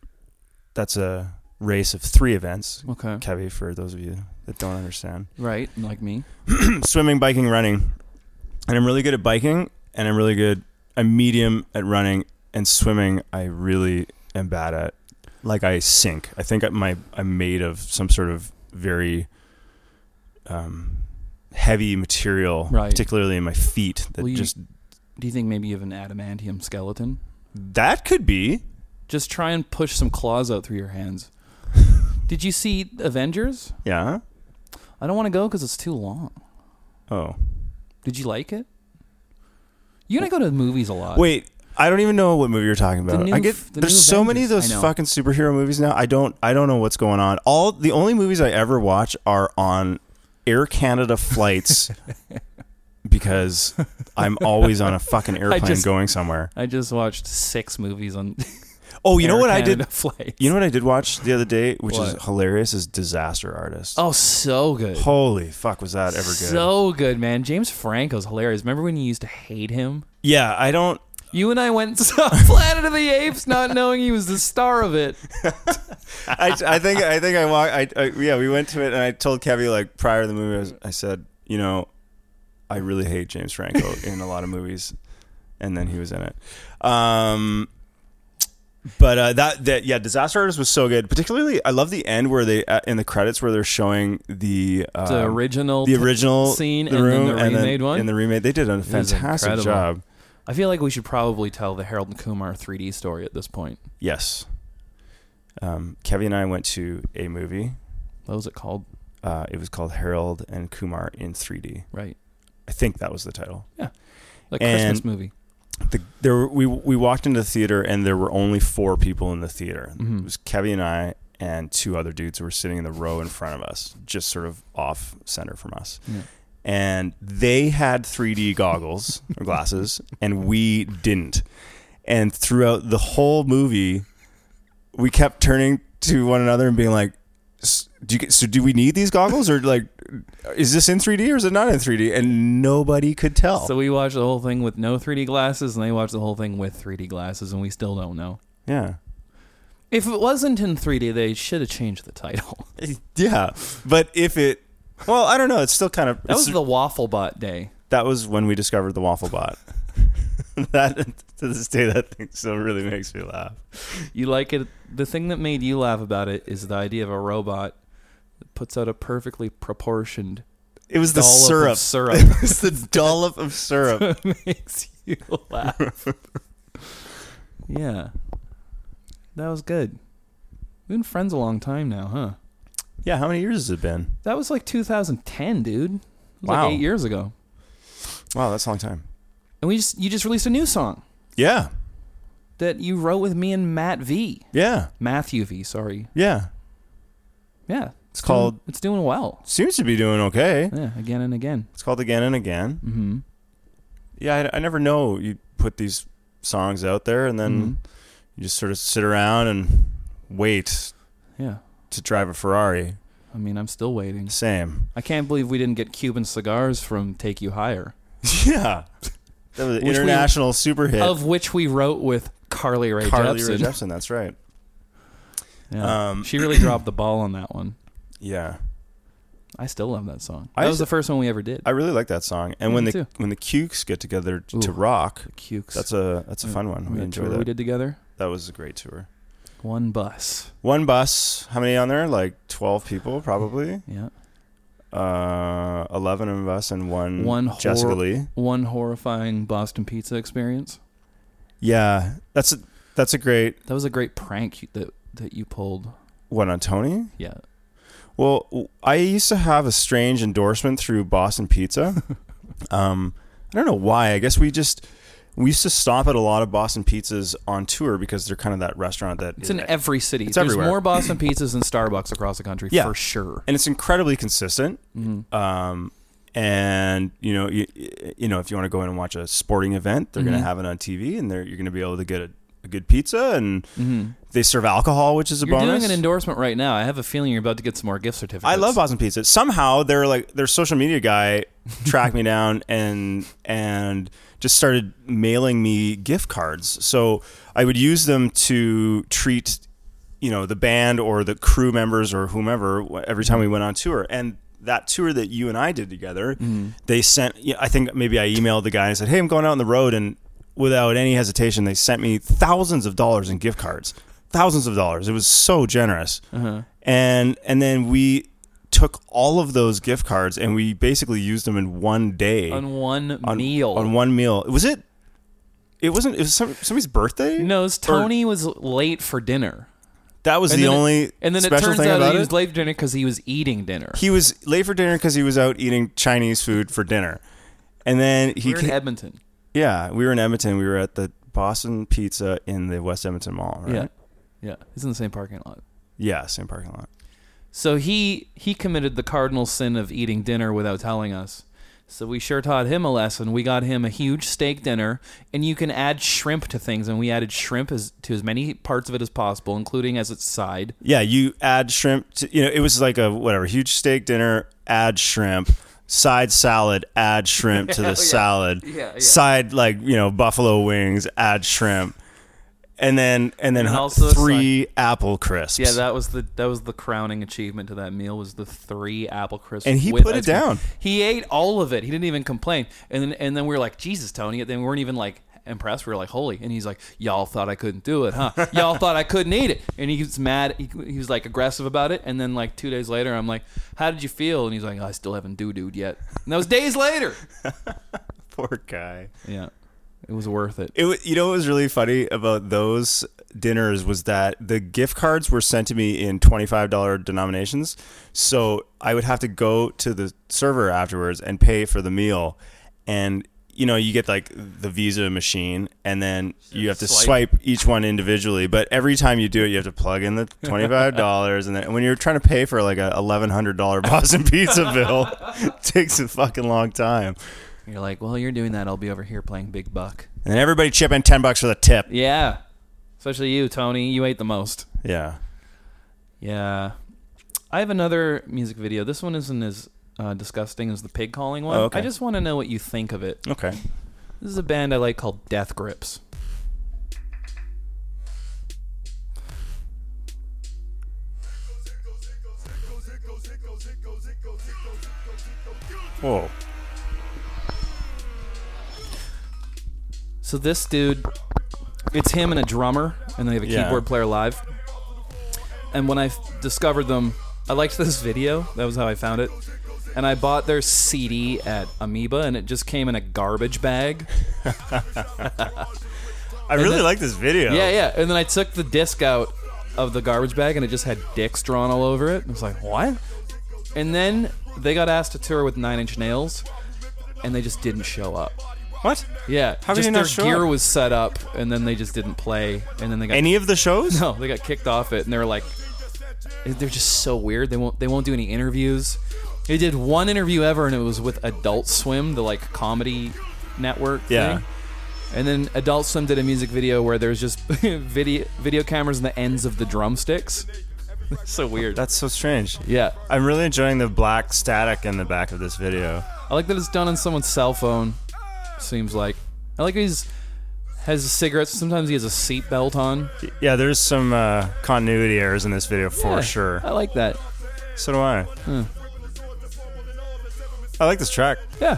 Speaker 2: that's a race of three events.
Speaker 1: Okay.
Speaker 2: Kevy, for those of you that don't understand,
Speaker 1: Right. Like me.
Speaker 2: swimming, biking, running, and I'm really good at biking, and I'm really good. I'm medium at running and swimming. I really am bad at. Like I sink. I think I- my I'm made of some sort of very um, heavy material,
Speaker 1: Right.
Speaker 2: particularly in my feet that
Speaker 1: Well, you-
Speaker 2: just
Speaker 1: Do you think maybe you have an adamantium skeleton?
Speaker 2: That could be.
Speaker 1: Just try and push some claws out through your hands. Did you see Avengers?
Speaker 2: Yeah.
Speaker 1: I don't want to go because it's too long.
Speaker 2: Oh.
Speaker 1: Did you like it? You and I go to the movies a lot.
Speaker 2: Wait, I don't even know what movie you're talking about.
Speaker 1: new
Speaker 2: I get
Speaker 1: f- Uh, the new
Speaker 2: there's so many of
Speaker 1: Avengers.
Speaker 2: those
Speaker 1: I know.
Speaker 2: fucking superhero movies now. I don't I don't know what's going on. All the only movies I ever watch are on Air Canada flights because I'm always on a fucking airplane
Speaker 1: just-
Speaker 2: going somewhere.
Speaker 1: I just watched six movies on.
Speaker 2: Oh, you know
Speaker 1: Air
Speaker 2: what I
Speaker 1: Canada
Speaker 2: did?
Speaker 1: Flights.
Speaker 2: You know what I did watch the other day, which is
Speaker 1: What?
Speaker 2: hilarious, is Disaster Artist.
Speaker 1: oh, so good.
Speaker 2: Holy fuck, was that ever good?
Speaker 1: So good, man. James Franco's hilarious. Remember when you used to hate him?
Speaker 2: yeah, I don't.
Speaker 1: You and I went and saw Planet of the Apes, not knowing he was the star of it.
Speaker 2: I, I think I think I walked. I, I yeah, we went to it, and I told Kevy like prior to the movie, I, was, I said, you know, I really hate James Franco in a lot of movies, and then he was in it. Um, but uh, that that yeah, Disaster Artist was so good. Particularly, I love the end where they uh, in the credits where they're showing the um,
Speaker 1: The original
Speaker 2: the original
Speaker 1: scene and
Speaker 2: the
Speaker 1: then
Speaker 2: room,
Speaker 1: the remade one?
Speaker 2: and the remade. They did a
Speaker 1: was
Speaker 2: fantastic
Speaker 1: incredible.
Speaker 2: job.
Speaker 1: I feel like we should probably tell the Harold and Kumar 3D story at this point.
Speaker 2: Yes. Um, Kevy and I went to a movie
Speaker 1: What was it called?
Speaker 2: uh, it was called Harold and Kumar in 3D.
Speaker 1: Right.
Speaker 2: I think that was the title.
Speaker 1: Like
Speaker 2: And-
Speaker 1: Christmas movie.
Speaker 2: The, there were, we we walked into the theater and there were only four people in the theater. It
Speaker 1: Mhm.
Speaker 2: was Kevy and I and two other dudes who were sitting in the row in front of us, just sort of off center from us.
Speaker 1: Yeah.
Speaker 2: And they had 3D goggles or glasses, and we didn't. And throughout the whole movie, we kept turning to one another and being like, "S- "Do you get, so? Do we need these goggles, or like, is this in 3D or is it not in 3D?" And nobody could tell.
Speaker 1: So we watched the whole thing with no 3D glasses, and they watched the whole thing with 3D glasses, and we still don't know.
Speaker 2: yeah.
Speaker 1: If it wasn't in 3D, they should have changed the title.
Speaker 2: Yeah, but if it, well, I don't know. It's still kind of
Speaker 1: That was
Speaker 2: it's-
Speaker 1: the WaffleBot day.
Speaker 2: that was when we discovered the waffle bot. that to this day, that thing still really makes me laugh.
Speaker 1: You like it. The thing that made you laugh about it is the idea of a robot that puts out a perfectly proportioned
Speaker 2: It was the
Speaker 1: dollop
Speaker 2: syrup.
Speaker 1: of syrup.
Speaker 2: It was the dollop of syrup.
Speaker 1: that makes you laugh. yeah, that was good. We've been friends a long time now, huh?
Speaker 2: Yeah, how many years has it been?
Speaker 1: That was like 2010, dude. It was
Speaker 2: Wow.
Speaker 1: like eight years ago.
Speaker 2: Wow, that's a long time.
Speaker 1: And we just you just released a new song
Speaker 2: Yeah,
Speaker 1: that you wrote with me and Matt V.
Speaker 2: yeah,
Speaker 1: Matthew V. Sorry.
Speaker 2: yeah.
Speaker 1: Yeah.
Speaker 2: It's
Speaker 1: doing-
Speaker 2: called
Speaker 1: It's doing well.
Speaker 2: seems to be doing okay.
Speaker 1: Yeah. Again and again.
Speaker 2: It's called again and again.
Speaker 1: Mm-hmm.
Speaker 2: Yeah, I, I never know. You put these songs out there, and then
Speaker 1: Mhm.
Speaker 2: you just sort of sit around and wait
Speaker 1: Yeah.
Speaker 2: to drive a Ferrari.
Speaker 1: I mean, I'm still waiting.
Speaker 2: Same.
Speaker 1: I can't believe we didn't get Cuban cigars from Take You Higher,
Speaker 2: Yeah. That was an
Speaker 1: Which we-
Speaker 2: international super hit.
Speaker 1: of which we wrote with Carly Rae
Speaker 2: Carly
Speaker 1: Jepsen.
Speaker 2: Rae Jepsen, that's right.
Speaker 1: Yeah.
Speaker 2: Um,
Speaker 1: she really dropped the ball on that one.
Speaker 2: Yeah.
Speaker 1: I still love that song.
Speaker 2: I
Speaker 1: that was
Speaker 2: used
Speaker 1: the first one we ever did.
Speaker 2: I really like that song. And when
Speaker 1: Me
Speaker 2: the
Speaker 1: too.
Speaker 2: when the Cukes get together t- to
Speaker 1: Ooh.
Speaker 2: rock,
Speaker 1: Cukes.
Speaker 2: that's a that's a fun one. We
Speaker 1: that
Speaker 2: enjoy
Speaker 1: tour
Speaker 2: that.
Speaker 1: we did together.
Speaker 2: That was a great tour.
Speaker 1: One bus.
Speaker 2: One bus, how many on there? Like 12 people probably.
Speaker 1: Yeah.
Speaker 2: Uh 11 of us and one
Speaker 1: One
Speaker 2: Jessica
Speaker 1: hor-
Speaker 2: Lee.
Speaker 1: One horrifying Boston pizza experience.
Speaker 2: Yeah. That's a that's a great
Speaker 1: That was a great prank you- that that you pulled.
Speaker 2: What on Tony?
Speaker 1: Yeah.
Speaker 2: Well, w- I used to have a strange endorsement through Boston Pizza. um, I don't know why. I guess we just we used to stop at a lot of Boston pizzas on tour because they're kind of that restaurant that
Speaker 1: It's in every city.
Speaker 2: It's
Speaker 1: There's
Speaker 2: everywhere.
Speaker 1: more Boston pizzas than Starbucks across the country
Speaker 2: Yeah.
Speaker 1: for sure.
Speaker 2: and it's incredibly consistent.
Speaker 1: Mm-hmm.
Speaker 2: Um, and you know, you, you know, if you want to go in and watch a sporting event, they're going
Speaker 1: Mm-hmm.
Speaker 2: to have it on TV, and they're, you're going to be able to get a, a good pizza, and they serve alcohol, which is a
Speaker 1: Mm-hmm. You're
Speaker 2: bonus.
Speaker 1: doing an endorsement right now. I have a feeling you're about to get some more gift certificates.
Speaker 2: I love Boston Pizza. Somehow their like their social media guy tracked me down and and just started mailing me gift cards. So I would use them to treat you know the band or the crew members or whomever wh- every time we went on tour and that tour that you and I did together they sent yeah, I think maybe I emailed the guy and said hey I'm going out on the road and without any hesitation they sent me thousands of dollars in gift cards thousands of dollars it was so generous and and then we took all of those gift cards and we basically used them in one day
Speaker 1: on one meal.
Speaker 2: on one meal was it it wasn't it was some, somebody's birthday
Speaker 1: no, it was
Speaker 2: Or-
Speaker 1: Tony was late for dinner.
Speaker 2: that was the
Speaker 1: then it-
Speaker 2: only
Speaker 1: and then it
Speaker 2: special
Speaker 1: turns
Speaker 2: thing
Speaker 1: out
Speaker 2: about
Speaker 1: he
Speaker 2: it.
Speaker 1: was late for dinner because he was eating dinner.
Speaker 2: he was late for dinner because he was out eating Chinese food for dinner, and then he
Speaker 1: we were in
Speaker 2: ca-
Speaker 1: Edmonton.
Speaker 2: yeah, we were in Edmonton. We were at the Boston Pizza in the West Edmonton Mall, right?
Speaker 1: Yeah, yeah, it's in the same parking lot.
Speaker 2: yeah, same parking lot.
Speaker 1: So he he committed the cardinal sin of eating dinner without telling us. So we sure taught him a lesson. We got him a huge steak dinner, and you can add shrimp to things, and we added shrimp as, to as many parts of it as possible, including as its side.
Speaker 2: Yeah, you add shrimp. To, you know, it was like a whatever huge steak dinner. Add shrimp, side salad. Add shrimp to the salad.
Speaker 1: Yeah, yeah.
Speaker 2: Side like you know buffalo wings. Add shrimp, and then and then
Speaker 1: And also a
Speaker 2: three apple crisps.
Speaker 1: Yeah, that was the that was the crowning achievement to that meal was the three apple crisps.
Speaker 2: And he
Speaker 1: with
Speaker 2: put it
Speaker 1: ice cream.
Speaker 2: down.
Speaker 1: He ate all of it. He didn't even complain. And then and then we were like, Jesus, Tony. And then we weren't even like impressed. We were like, holy. And he's like, y'all thought I couldn't do it, huh? Y'all thought I couldn't eat it. And he was mad. He, he was like aggressive about it. And then like two days later, I'm like, how did you feel? And he's like, "Oh, I still haven't doo dooed yet. And that was days later.
Speaker 2: poor guy.
Speaker 1: Yeah, it was worth it.
Speaker 2: It wa- you know what was really funny about those dinners was that the gift cards were sent to me in twenty five dollar denominations, so I would have to go to the server afterwards and pay for the meal, and you know you get like the Visa machine, and then you have to
Speaker 1: Swipe.
Speaker 2: swipe. each one individually. But every time you do it, you have to plug in the twenty five dollars, and then when you're trying to pay for like a eleven hundred dollar Boston Pizza bill, it takes a fucking long time.
Speaker 1: You're like, well, you're doing that. I'll be over here playing big buck.
Speaker 2: And then everybody chip in ten bucks for the tip.
Speaker 1: Yeah, especially you, Tony. You ate the most.
Speaker 2: Yeah.
Speaker 1: Yeah. I have another music video. This one isn't as uh, disgusting as the pig calling one.
Speaker 2: Oh, okay.
Speaker 1: I just want to know what you think of it.
Speaker 2: Okay.
Speaker 1: This is a band I like called Death Grips.
Speaker 2: Whoa.
Speaker 1: So this dude, it's him and a drummer, and they have a
Speaker 2: Yeah.
Speaker 1: keyboard player live. And when I f- discovered them, I liked this video. That was how I found it. And I bought their CD at Amoeba, and it just came in a garbage bag.
Speaker 2: I really
Speaker 1: then-
Speaker 2: like this video.
Speaker 1: Yeah, yeah. And then I took the disc out of the garbage bag and it just had dicks drawn all over it. I was like, what? And then they got asked to tour with Nine Inch Nails and they just didn't show up.
Speaker 2: What?
Speaker 1: Yeah.
Speaker 2: How could
Speaker 1: just
Speaker 2: you not
Speaker 1: their
Speaker 2: show
Speaker 1: gear
Speaker 2: up?
Speaker 1: was set up and then they just didn't play and then they got
Speaker 2: Any of the shows?
Speaker 1: no, they got kicked off it and they were like they're just so weird. They won't they won't do any interviews. They did one interview ever and it was with Adult Swim, the like comedy network
Speaker 2: Yeah.
Speaker 1: thing. And then Adult Swim did a music video where there's just video video cameras in the ends of the drumsticks. so weird.
Speaker 2: That's so strange.
Speaker 1: yeah.
Speaker 2: I'm really enjoying the black static in the back of this video.
Speaker 1: I like that it's done on someone's cell phone. Seems like. I like he's has cigarettes. Sometimes he has a seatbelt on.
Speaker 2: Yeah, there's some uh, continuity errors in this video for
Speaker 1: Yeah,
Speaker 2: sure.
Speaker 1: I like that.
Speaker 2: So do I. I like this track.
Speaker 1: Yeah.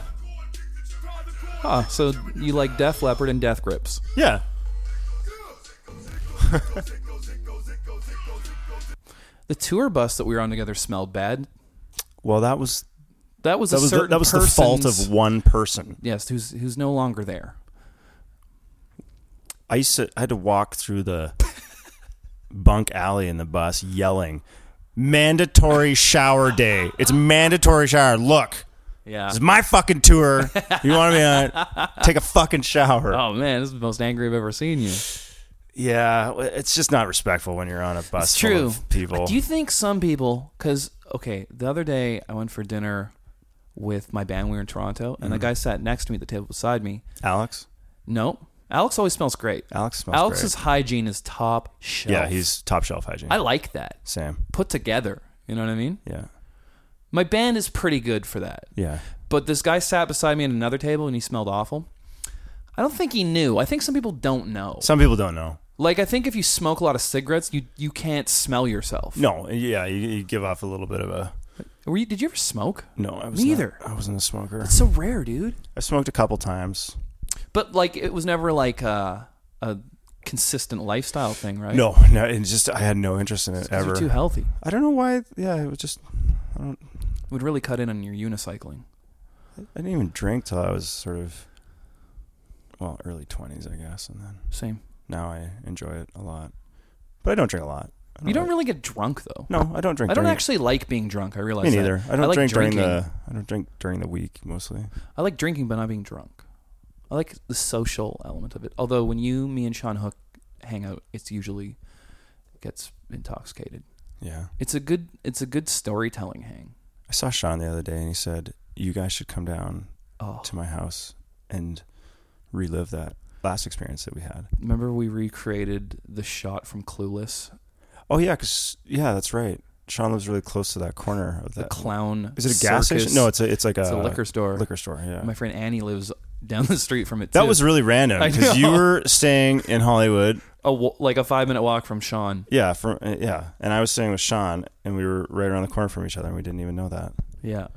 Speaker 1: Ah, so you like Def Leppard and Death Grips.
Speaker 2: Yeah.
Speaker 1: The tour bus that we were on together smelled bad.
Speaker 2: Well, that was
Speaker 1: That was
Speaker 2: that
Speaker 1: a
Speaker 2: was the,
Speaker 1: certain
Speaker 2: that was the fault
Speaker 1: person's-
Speaker 2: of one person.
Speaker 1: yes, who's who's no longer there.
Speaker 2: I used to I had to walk through the bunk alley in the bus yelling, mandatory shower day. It's mandatory shower. Look,
Speaker 1: Yeah.
Speaker 2: this is my fucking tour. You want to be on it? Take a fucking shower.
Speaker 1: Oh man, this is the most angry I've ever seen you.
Speaker 2: Yeah, w- it's just not respectful when you're on a bus
Speaker 1: It's
Speaker 2: full
Speaker 1: true.
Speaker 2: of people.
Speaker 1: Do you think some people? Because okay, the other day I went for dinner with my band. We were in Toronto, and
Speaker 2: Mm-hmm.
Speaker 1: the guy sat next to me at the table beside me.
Speaker 2: Alex?
Speaker 1: No, Alex always smells great.
Speaker 2: Alex smells
Speaker 1: Alex's
Speaker 2: great.
Speaker 1: hygiene is top shelf.
Speaker 2: Yeah, he's top shelf hygiene.
Speaker 1: Oh. I like that.
Speaker 2: Sam.
Speaker 1: Put together. You know what I mean?
Speaker 2: Yeah.
Speaker 1: My band is pretty good for that.
Speaker 2: Yeah.
Speaker 1: But this guy sat beside me at another table, and he smelled awful. I don't think he knew. I think some people don't know.
Speaker 2: Some people don't know.
Speaker 1: Like I think if you smoke a lot of cigarettes, you you can't smell yourself.
Speaker 2: No, yeah, you, you give off a little bit of a.
Speaker 1: Were you, did you ever smoke?
Speaker 2: No, I was
Speaker 1: Neither.
Speaker 2: Not, I wasn't a smoker.
Speaker 1: It's so rare, dude.
Speaker 2: I smoked a couple times.
Speaker 1: But like, it was never like a, a consistent lifestyle thing, right?
Speaker 2: No, no, and just I had no interest in it
Speaker 1: 'Cause
Speaker 2: ever.
Speaker 1: You're too healthy.
Speaker 2: I don't know why. Yeah, it was just
Speaker 1: It would really cut in on your unicycling.
Speaker 2: I didn't even drink till I was sort of well early twenties, I guess, and then
Speaker 1: Same.
Speaker 2: now I enjoy it a lot. But I don't drink a lot. I
Speaker 1: You don't
Speaker 2: like-
Speaker 1: really get drunk though.
Speaker 2: No, I don't drink.
Speaker 1: I don't
Speaker 2: during,
Speaker 1: actually like being drunk. I realize
Speaker 2: Me
Speaker 1: that.
Speaker 2: neither. I don't
Speaker 1: like
Speaker 2: drink
Speaker 1: drinking.
Speaker 2: during the. I don't drink during the week mostly.
Speaker 1: I like drinking, but not being drunk. I like the social element of it. Although when you, me, and Sean Hook hang out, it's usually gets intoxicated.
Speaker 2: Yeah.
Speaker 1: It's a good. It's a good storytelling hang.
Speaker 2: I saw Sean the other day, and he said, "You guys should come down
Speaker 1: Oh,
Speaker 2: to my house and relive that last experience that we had."
Speaker 1: remember we recreated the shot from Clueless,
Speaker 2: Oh yeah, 'cause- yeah, that's right. Sean lives really close to that corner of that.
Speaker 1: the clown.
Speaker 2: Is it a gas
Speaker 1: circus.
Speaker 2: station? No, it's a it's like
Speaker 1: It's a liquor store.
Speaker 2: uh, Liquor store. Yeah.
Speaker 1: My friend Annie lives down the street from it.
Speaker 2: that
Speaker 1: too.
Speaker 2: was really random
Speaker 1: I
Speaker 2: because you
Speaker 1: know.
Speaker 2: were staying in Hollywood.
Speaker 1: a wa- like a five minute walk from Sean.
Speaker 2: Yeah, from uh, yeah, and I was staying with Sean, and we were right around the corner from each other, and we didn't even know that.
Speaker 1: Yeah,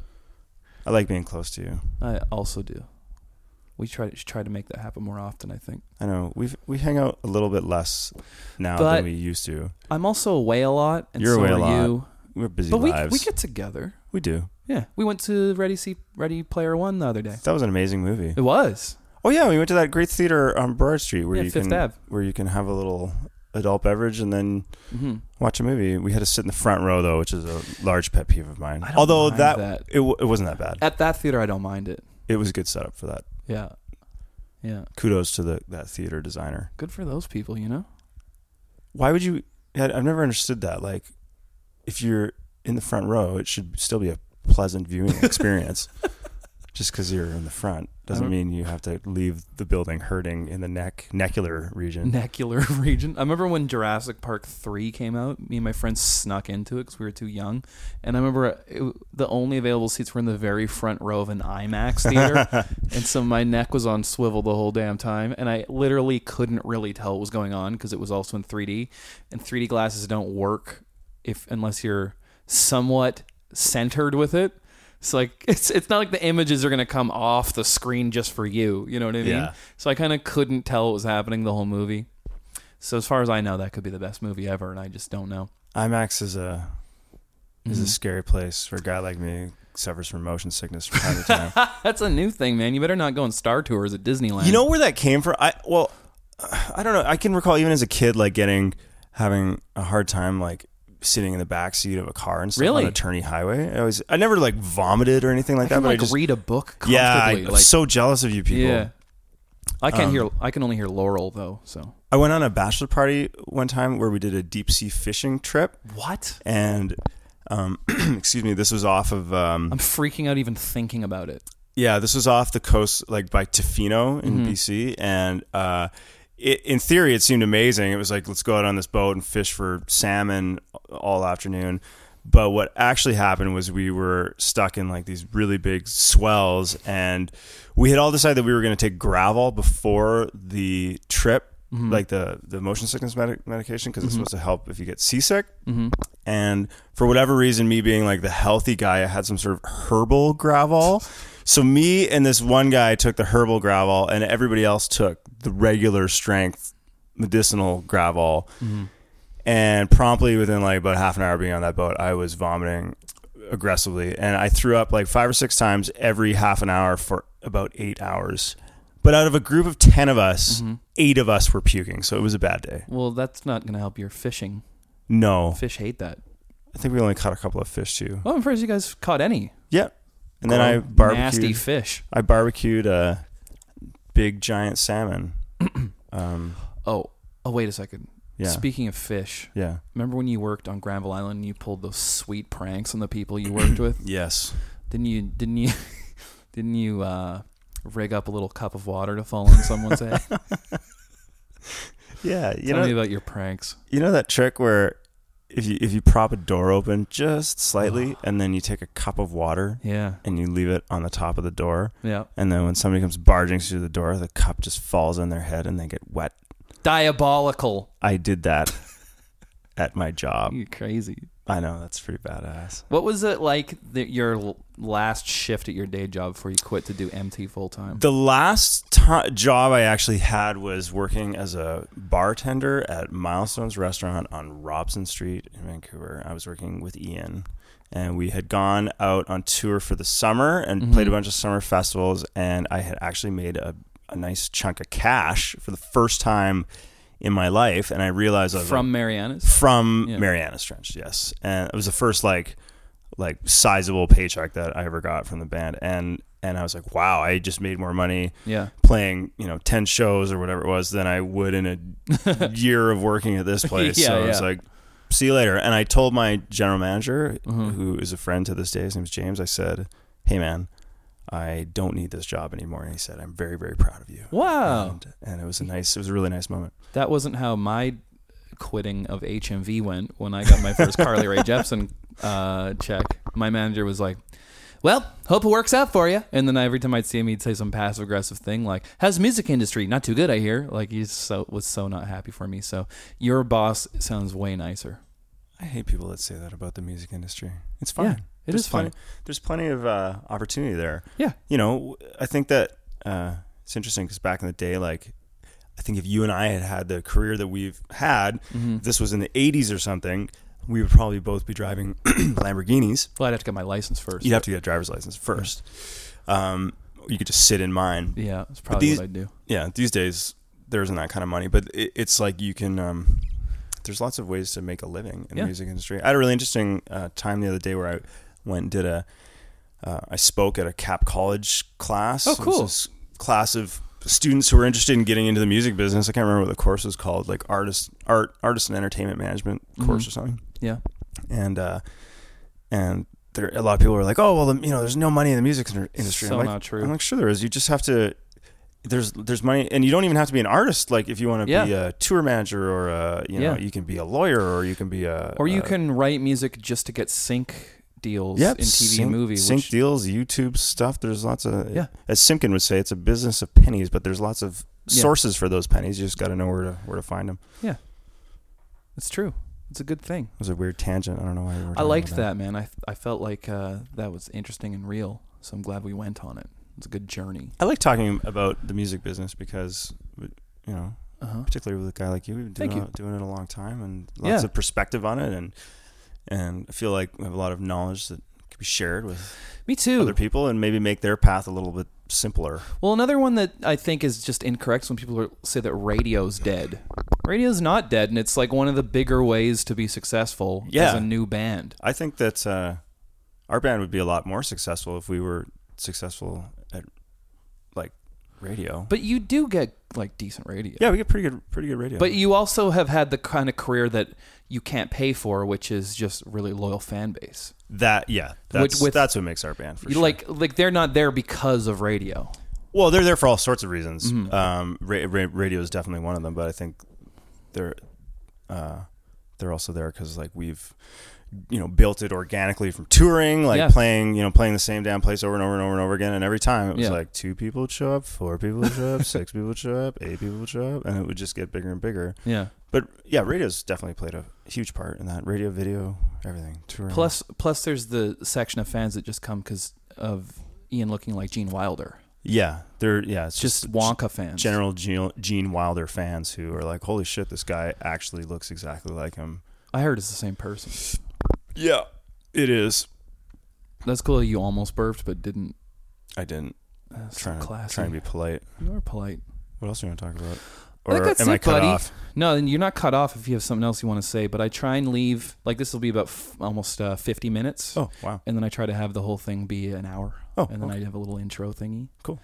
Speaker 2: I like being close to you.
Speaker 1: I also do. We try to try to make that happen more often. I think
Speaker 2: I know we've we hang out a little bit less now
Speaker 1: But-
Speaker 2: than we used to.
Speaker 1: I'm also away a lot, and
Speaker 2: You're
Speaker 1: so
Speaker 2: away a
Speaker 1: are
Speaker 2: lot.
Speaker 1: you.
Speaker 2: We're busy
Speaker 1: But we
Speaker 2: lives.
Speaker 1: we get together.
Speaker 2: We do.
Speaker 1: Yeah, we went to Ready See Ready Player One the other day.
Speaker 2: That was an amazing movie.
Speaker 1: It was.
Speaker 2: Oh yeah, we went to that great theater on Broad Street where
Speaker 1: Yeah,
Speaker 2: you
Speaker 1: Fifth
Speaker 2: can
Speaker 1: Ave.
Speaker 2: where you can have a little adult beverage and then
Speaker 1: hmm
Speaker 2: watch a movie. We had to sit in the front row though, which is a large pet peeve of mine.
Speaker 1: I don't
Speaker 2: Although
Speaker 1: mind
Speaker 2: that,
Speaker 1: that.
Speaker 2: it w- it wasn't that bad.
Speaker 1: At that theater, I don't mind it.
Speaker 2: It was a good setup for that.
Speaker 1: Yeah, yeah.
Speaker 2: Kudos to the that theater designer.
Speaker 1: Good for those people, you know.
Speaker 2: Why would you? yeah, I've never understood that. Like, if you're in the front row, it should still be a pleasant viewing experience. Just because you're in the front doesn't
Speaker 1: don't-
Speaker 2: mean you have to leave the building hurting in the neck necular region.
Speaker 1: Necular region. I remember when Jurassic Park 3 came out, me and my friends snuck into it because we were too young. And I remember uh, it, the only available seats were in the very front row of an IMAX theater. and so my neck was on swivel the whole damn time. And I literally couldn't really tell what was going on because it was also in 3D. And 3D glasses don't work if unless you're somewhat centered with it. It's like it's it's not like the images are gonna come off the screen just for you. You know what I mean?
Speaker 2: Yeah.
Speaker 1: So I kind of couldn't tell what was happening the whole movie. So as far as I know, that could be the best movie ever, and I just don't know.
Speaker 2: IMAX is a is a scary place for a guy like me who suffers from motion sickness from time to time.
Speaker 1: That's a new thing, man. You better not go on Star Tours at Disneyland.
Speaker 2: You know where that came from? I well, I don't know. I can recall even as a kid, like getting having a hard time like sitting in the back seat of a car and stuff
Speaker 1: Really?
Speaker 2: on a turny highway. I was I never like vomited or anything like
Speaker 1: I
Speaker 2: that.
Speaker 1: can
Speaker 2: but
Speaker 1: like
Speaker 2: I just
Speaker 1: read a book comfortably.
Speaker 2: yeah, I, am
Speaker 1: like,
Speaker 2: so Um, jealous of you people.
Speaker 1: yeah. I can't hear. I can only hear Laurel though. So
Speaker 2: I went on a bachelor party one time where we did a deep sea fishing trip,
Speaker 1: what?
Speaker 2: and um, excuse me, this was off of um,
Speaker 1: I'm freaking out even thinking about it.
Speaker 2: Yeah, this was off the coast, like by Tofino in BC, and uh, it, in theory, it seemed amazing. It was like let's go out on this boat and fish for salmon all afternoon. But what actually happened was we were stuck in like these really big swells, and we had all decided that we were going to take gravel before the trip, like the the motion sickness medi- medication, because it's supposed to help if you get seasick. And for whatever reason, me being like the healthy guy, I had some sort of herbal gravel. So me and this one guy took the herbal gravel, and everybody else took the regular strength medicinal gravel. And promptly, within like about half an hour being on that boat, I was vomiting aggressively, and I threw up like five or six times every half an hour for about eight hours. But out of a group of 10 of us,
Speaker 1: Mm-hmm.
Speaker 2: eight of us were puking. So it was a bad day.
Speaker 1: Well, that's not going to help your fishing.
Speaker 2: No.
Speaker 1: Fish hate that.
Speaker 2: I think we only caught a couple of fish too.
Speaker 1: Well, I'm surprised you guys caught any.
Speaker 2: Yeah. And then I
Speaker 1: Gross, Nasty
Speaker 2: barbecued.
Speaker 1: fish.
Speaker 2: I barbecued a big giant salmon. um,
Speaker 1: Oh, oh, wait a second.
Speaker 2: yeah.
Speaker 1: Speaking of fish,
Speaker 2: yeah.
Speaker 1: remember when you worked on Granville Island and you pulled those sweet pranks on the people you worked with?
Speaker 2: Yes.
Speaker 1: Didn't you? Didn't you? Didn't you uh, rig up a little cup of water to fall on someone's head?
Speaker 2: Yeah. You
Speaker 1: Tell
Speaker 2: know,
Speaker 1: me about your pranks.
Speaker 2: you know that trick where if you if you prop a door open just slightly and then you take a cup of water
Speaker 1: Yeah,
Speaker 2: and you leave it on the top of the door
Speaker 1: yeah.
Speaker 2: and then when somebody comes barging through the door the cup just falls on their head and they get wet.
Speaker 1: Diabolical.
Speaker 2: I did that at my job.
Speaker 1: You're crazy.
Speaker 2: I know that's pretty badass.
Speaker 1: What was it like that your l- last shift at your day job before you quit to do MT full time?
Speaker 2: The last to job I actually had was working as a bartender at Milestones Restaurant on Robson Street in Vancouver. I was working with Ian, and we had gone out on tour for the summer and played a bunch of summer festivals. And I had actually made a, a nice chunk of cash for the first time in my life. And I realized I was like,
Speaker 1: From Marianas?
Speaker 2: from
Speaker 1: Yeah.
Speaker 2: Marianas Trench, yes. And it was the first like like sizable paycheck that I ever got from the band. And and I was like, wow, I just made more money
Speaker 1: Yeah.
Speaker 2: playing, you know, ten shows or whatever it was than I would in a year of working at this place.
Speaker 1: Yeah,
Speaker 2: so I was
Speaker 1: yeah.
Speaker 2: like, see you later. And I told my general manager,
Speaker 1: Mm-hmm.
Speaker 2: who is a friend to this day, his name's James, I said, Hey man, I don't need this job anymore. And he said, I'm very, very proud of you.
Speaker 1: Wow.
Speaker 2: And, and it was a nice it was a really nice moment.
Speaker 1: That wasn't how my quitting of HMV went when I got my first Carly Rae Jepsen uh, check. My manager was like, "Well, hope it works out for you." And then every time I'd see him, he'd say some passive aggressive thing like, "How's the music industry? Not too good, I hear." Like he so was so not happy for me. So your boss sounds way nicer.
Speaker 2: I hate people that say that about the music industry. It's fine.
Speaker 1: Yeah, it
Speaker 2: there's
Speaker 1: is fine.
Speaker 2: Plenty, there's plenty of uh, opportunity there.
Speaker 1: Yeah.
Speaker 2: You know, I think that uh, it's interesting because back in the day, like, I think if you and I had had the career that we've had,
Speaker 1: Mm-hmm.
Speaker 2: if this was in the 80s or something, we would probably both be driving Lamborghinis.
Speaker 1: Well, I'd have to get my license first.
Speaker 2: You'd have to get a driver's license first. Um, you could just sit in mine.
Speaker 1: yeah, that's probably
Speaker 2: these-
Speaker 1: what I'd do.
Speaker 2: Yeah, these days there isn't that kind of money, but it, it's like you can. Um, there's lots of ways to make a living in
Speaker 1: Yeah.
Speaker 2: the music industry. I had a really interesting uh, time the other day where I went and did a. Uh, I spoke at a Cap College class.
Speaker 1: Oh,
Speaker 2: It was
Speaker 1: cool.
Speaker 2: this class of students who were interested in getting into the music business. I can't remember what the course was called, like artist art artist and entertainment management
Speaker 1: Mm-hmm.
Speaker 2: course or something
Speaker 1: Yeah.
Speaker 2: and uh, and there a lot of people were like, oh well, the, you know, there's no money in the music inter- industry.
Speaker 1: So
Speaker 2: I'm like,
Speaker 1: not true.
Speaker 2: I'm like, sure there is. You just have to. There's there's money, and you don't even have to be an artist. Like if you want to be
Speaker 1: Yeah.
Speaker 2: a tour manager or a you know
Speaker 1: Yeah.
Speaker 2: you can be a lawyer or you can be a
Speaker 1: Or you
Speaker 2: a-
Speaker 1: can write music just to get sync deals
Speaker 2: Yep,
Speaker 1: in TV
Speaker 2: sync-
Speaker 1: and movie.
Speaker 2: sync
Speaker 1: which,
Speaker 2: deals, YouTube stuff. There's lots of
Speaker 1: Yeah.
Speaker 2: As Simkin would say, it's a business of pennies, but there's lots of
Speaker 1: Yeah.
Speaker 2: sources for those pennies. You just got to know where to where to find them.
Speaker 1: It's true. It's a good thing.
Speaker 2: It was a weird tangent. I don't know why. We were
Speaker 1: I
Speaker 2: talking
Speaker 1: liked
Speaker 2: about
Speaker 1: that, man. I, I felt like uh, that was interesting and real. So I'm glad we went on it. It's a good journey.
Speaker 2: I like talking about the music business because you know
Speaker 1: Uh-huh.
Speaker 2: particularly with a guy like you. We've been
Speaker 1: Thank
Speaker 2: doing,
Speaker 1: you.
Speaker 2: it doing it a long time and lots
Speaker 1: Yeah.
Speaker 2: of perspective on it, and and I feel like we have a lot of knowledge that could be shared with
Speaker 1: Me too.
Speaker 2: other people and maybe make their path a little bit simpler.
Speaker 1: well, another one that I think is just incorrect is when people are, say that radio's dead. Radio's not dead, and it's like one of the bigger ways to be successful
Speaker 2: Yeah.
Speaker 1: as a new band.
Speaker 2: I think that uh, our band would be a lot more successful if we were successful at like radio.
Speaker 1: But you do get like decent radio.
Speaker 2: yeah, we get pretty good, pretty good radio.
Speaker 1: But you also have had the kind of career that you can't pay for, which is just really loyal fan base.
Speaker 2: that yeah, that's
Speaker 1: with-
Speaker 2: that's what makes our band for
Speaker 1: You
Speaker 2: sure.
Speaker 1: Like like they're not there because of radio.
Speaker 2: Well, they're there for all sorts of reasons.
Speaker 1: Mm-hmm.
Speaker 2: Um, ra- ra- radio is definitely one of them, but I think they're uh, they're also there because like we've you know built it organically from touring, like
Speaker 1: Yeah.
Speaker 2: playing you know playing the same damn place over and over and over and over again, and every time it was
Speaker 1: Yeah.
Speaker 2: like two people would show up, four people would show up, six people would show up, eight people would show up, and it would just get bigger and bigger.
Speaker 1: Yeah.
Speaker 2: But yeah, radio's definitely played a huge part in that. Radio, video, everything. Touring.
Speaker 1: Plus, plus, there's the section of fans that just come because of Ian looking like Gene Wilder.
Speaker 2: yeah, they're yeah, it's just,
Speaker 1: Just Wonka fans.
Speaker 2: general Gene, Gene Wilder fans who are like, "Holy shit, this guy actually looks exactly like him."
Speaker 1: I heard it's the same person.
Speaker 2: Yeah, it is.
Speaker 1: That's cool. You almost burped, but didn't.
Speaker 2: I didn't.
Speaker 1: That's so
Speaker 2: Trying,
Speaker 1: classy.
Speaker 2: trying to be polite.
Speaker 1: you are polite.
Speaker 2: What else do you want to talk about?
Speaker 1: I think that's
Speaker 2: am
Speaker 1: it,
Speaker 2: I cut
Speaker 1: buddy.
Speaker 2: off?
Speaker 1: No, then you're not cut off if you have something else you want to say. But I try and leave like this will be about f- almost uh, 50 minutes,
Speaker 2: Oh wow.
Speaker 1: and then I try to have the whole thing be an hour,
Speaker 2: Oh,
Speaker 1: and then
Speaker 2: okay.
Speaker 1: I have a little intro thingy.
Speaker 2: Cool.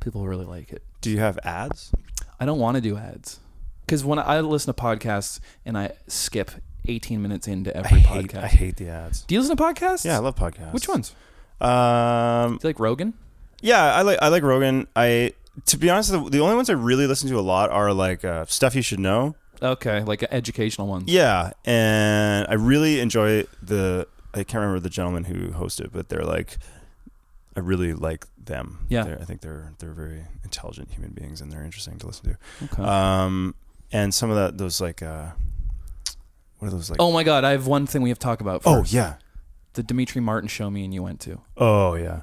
Speaker 1: People really like it.
Speaker 2: Do you have ads?
Speaker 1: I don't want to do ads because when I listen to podcasts and I skip 18 minutes into
Speaker 2: I
Speaker 1: every
Speaker 2: hate,
Speaker 1: podcast.
Speaker 2: I hate the ads.
Speaker 1: Do you listen to podcasts?
Speaker 2: Yeah, I love podcasts.
Speaker 1: Which ones?
Speaker 2: Um,
Speaker 1: Do you like Rogan?
Speaker 2: yeah, I like I like Rogan. I to be honest, the, the only ones I really listen to a lot are like uh, stuff you should know.
Speaker 1: Okay, like educational ones.
Speaker 2: Yeah, and I really enjoy the. I can't remember the gentleman who hosted, but they're like, I really like them.
Speaker 1: Yeah.
Speaker 2: They're, I think they're they're very intelligent human beings, and they're interesting to listen
Speaker 1: Okay.
Speaker 2: to. Um, and some of that those like, uh, what are those like?
Speaker 1: oh my God, I have one thing we have to talk about.
Speaker 2: Oh,
Speaker 1: First.
Speaker 2: yeah,
Speaker 1: the Dimitri Martin show me and you went to.
Speaker 2: oh yeah.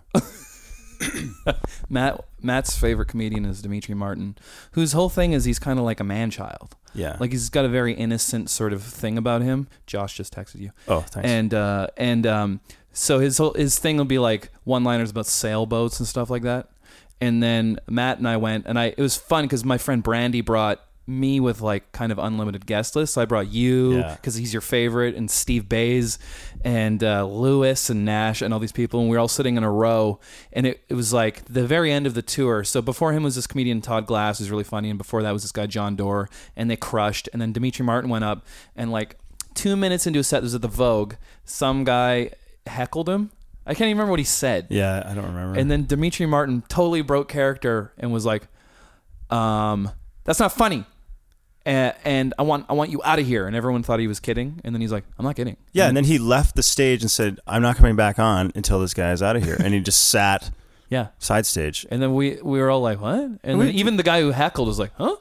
Speaker 1: Matt Matt's favorite comedian is Dimitri Martin, whose whole thing is he's kind of like a man child.
Speaker 2: Yeah.
Speaker 1: Like he's got a very innocent sort of thing about him. Josh just texted you.
Speaker 2: oh, thanks.
Speaker 1: And uh and um so his whole his thing will be like one liners about sailboats and stuff like that. And then Matt and I went and I it was fun cuz my friend Brandy brought me with like kind of unlimited guest list. So I brought you
Speaker 2: Yeah.
Speaker 1: because he's your favorite, and Steve Bays, and uh, Lewis, and Nash, and all these people. And we were all sitting in a row. And it, it was like the very end of the tour. So before him was this comedian, Todd Glass, who's really funny. And before that was this guy, John Doerr. And they crushed. And then Dimitri Martin went up. And like two minutes into a set, this was at the Vogue, some guy heckled him. I can't even remember what he said.
Speaker 2: yeah, I don't remember.
Speaker 1: And then Dimitri Martin totally broke character and was like, um, "That's not funny," and, and I want I want you out of here. And everyone thought he was kidding. And then he's like, "I'm not kidding."
Speaker 2: Yeah, and then he left the stage and said, "I'm not coming back on until this guy is out of here." And he just sat
Speaker 1: Yeah.
Speaker 2: side stage.
Speaker 1: And then we we were all like, "What?" And then even the guy who heckled was like, "Huh."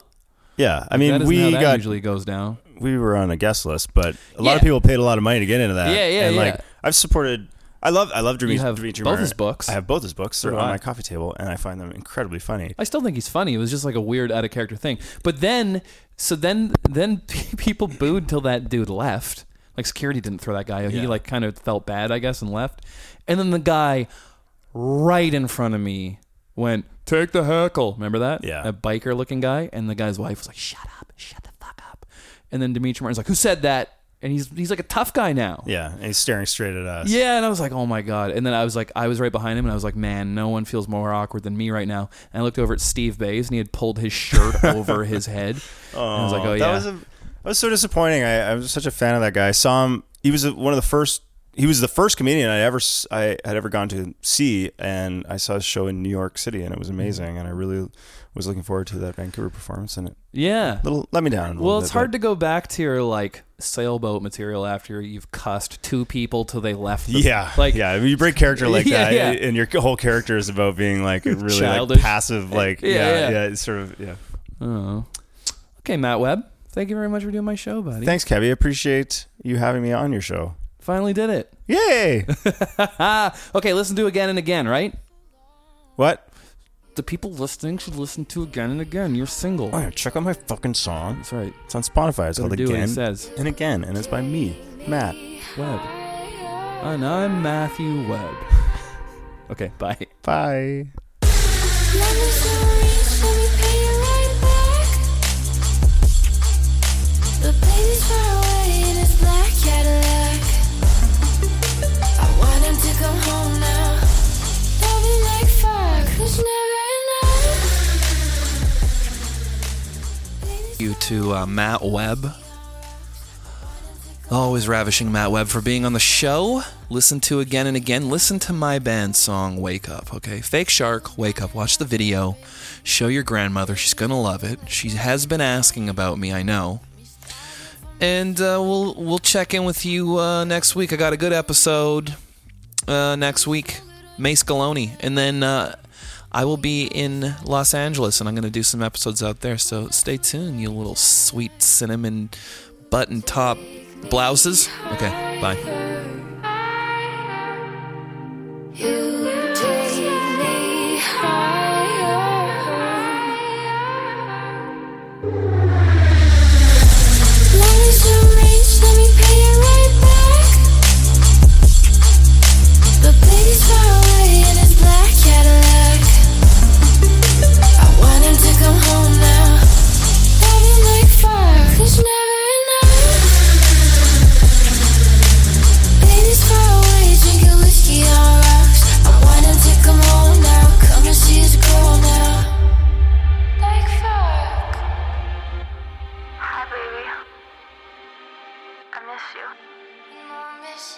Speaker 2: Yeah,
Speaker 1: that
Speaker 2: I mean,
Speaker 1: isn't
Speaker 2: we
Speaker 1: how that
Speaker 2: got
Speaker 1: usually goes down.
Speaker 2: we were on a guest list, but a lot
Speaker 1: Yeah.
Speaker 2: of people paid a lot of money to get into that.
Speaker 1: Yeah, yeah,
Speaker 2: And
Speaker 1: yeah.
Speaker 2: like, I've supported. I love I love Dimitri.
Speaker 1: You have
Speaker 2: Dimitri
Speaker 1: both
Speaker 2: Martin.
Speaker 1: his books.
Speaker 2: I have both his books. They're
Speaker 1: do
Speaker 2: on
Speaker 1: I.
Speaker 2: my coffee table, and I find them incredibly funny.
Speaker 1: I still think he's funny. It was just like a weird out of character thing. But then, so then, then people booed till that dude left. Like security didn't throw that guy. He
Speaker 2: Yeah.
Speaker 1: like kind of felt bad, I guess, and left. And then the guy right in front of me went, "Take the heckle." Remember that?
Speaker 2: Yeah.
Speaker 1: A biker looking guy, and the guy's wife was like, "Shut up, shut the fuck up." And then Dimitri Martin's like, "Who said that?" And he's he's like a tough guy now.
Speaker 2: Yeah, and he's staring straight at us.
Speaker 1: Yeah, and I was like, oh my god. And then I was like, I was right behind him, and I was like, man, no one feels more awkward than me right now. And I looked over at Steve Bays, and he had pulled his shirt over his head. Oh, and I was like, oh
Speaker 2: that
Speaker 1: yeah.
Speaker 2: was a, that was so disappointing. I, I was such a fan of that guy. I saw him. He was one of the first. He was the first comedian I ever s- I had ever gone to see, and I saw his show in New York City, and it was
Speaker 1: Mm-hmm.
Speaker 2: amazing. And I really was looking forward to that Vancouver performance, and it
Speaker 1: yeah.
Speaker 2: little let me down.
Speaker 1: Well, it's hard to go back to your like sailboat material after you've cussed two people till they left. The,
Speaker 2: Yeah,
Speaker 1: like
Speaker 2: like yeah, if you break character like
Speaker 1: Yeah,
Speaker 2: that,
Speaker 1: yeah.
Speaker 2: and your whole character is about being like a really like,
Speaker 1: Childish.
Speaker 2: passive, like
Speaker 1: Yeah,
Speaker 2: yeah, yeah,
Speaker 1: yeah.
Speaker 2: it's sort of yeah.
Speaker 1: Oh. Okay, Matt Webb. Thank you very much for doing my show, buddy.
Speaker 2: Thanks, Kevy. Appreciate you having me on your show.
Speaker 1: Finally did it.
Speaker 2: Yay!
Speaker 1: Ah, okay, listen to again and again, right?
Speaker 2: what?
Speaker 1: The people listening should listen to again and again. You're single.
Speaker 2: Oh, yeah, check out my fucking song.
Speaker 1: That's right.
Speaker 2: It's on Spotify. It's
Speaker 1: Go
Speaker 2: called
Speaker 1: do what
Speaker 2: Again
Speaker 1: it says.
Speaker 2: and Again, and it's by me, Matt.
Speaker 1: Webb. And I'm Matthew Webb. Okay, bye.
Speaker 2: Bye.
Speaker 5: Love me so rich, let me pay you right back. The baby's far away in his black Cadillac. I want him to come home now. Love me like fuck, who's never enough.
Speaker 4: you to uh, Matt Webb. Always ravishing Matt Webb for being on the show. Listen to again and again. Listen to my band song Wake Up, okay? Fake Shark, Wake Up. Watch the video. Show your grandmother. She's going to love it. She has been asking about me, I know. And uh, we'll we'll check in with you uh, next week. I got a good episode uh, next week, Mace Galone. And then uh, I will be in Los Angeles and I'm going to do some episodes out there. So stay tuned, you little sweet cinnamon button top blouses. Okay, bye.
Speaker 5: You take me higher. Love is so rich, let me pay it right back. The baby's far away in his black Cadillac.
Speaker 6: miss you.
Speaker 5: I miss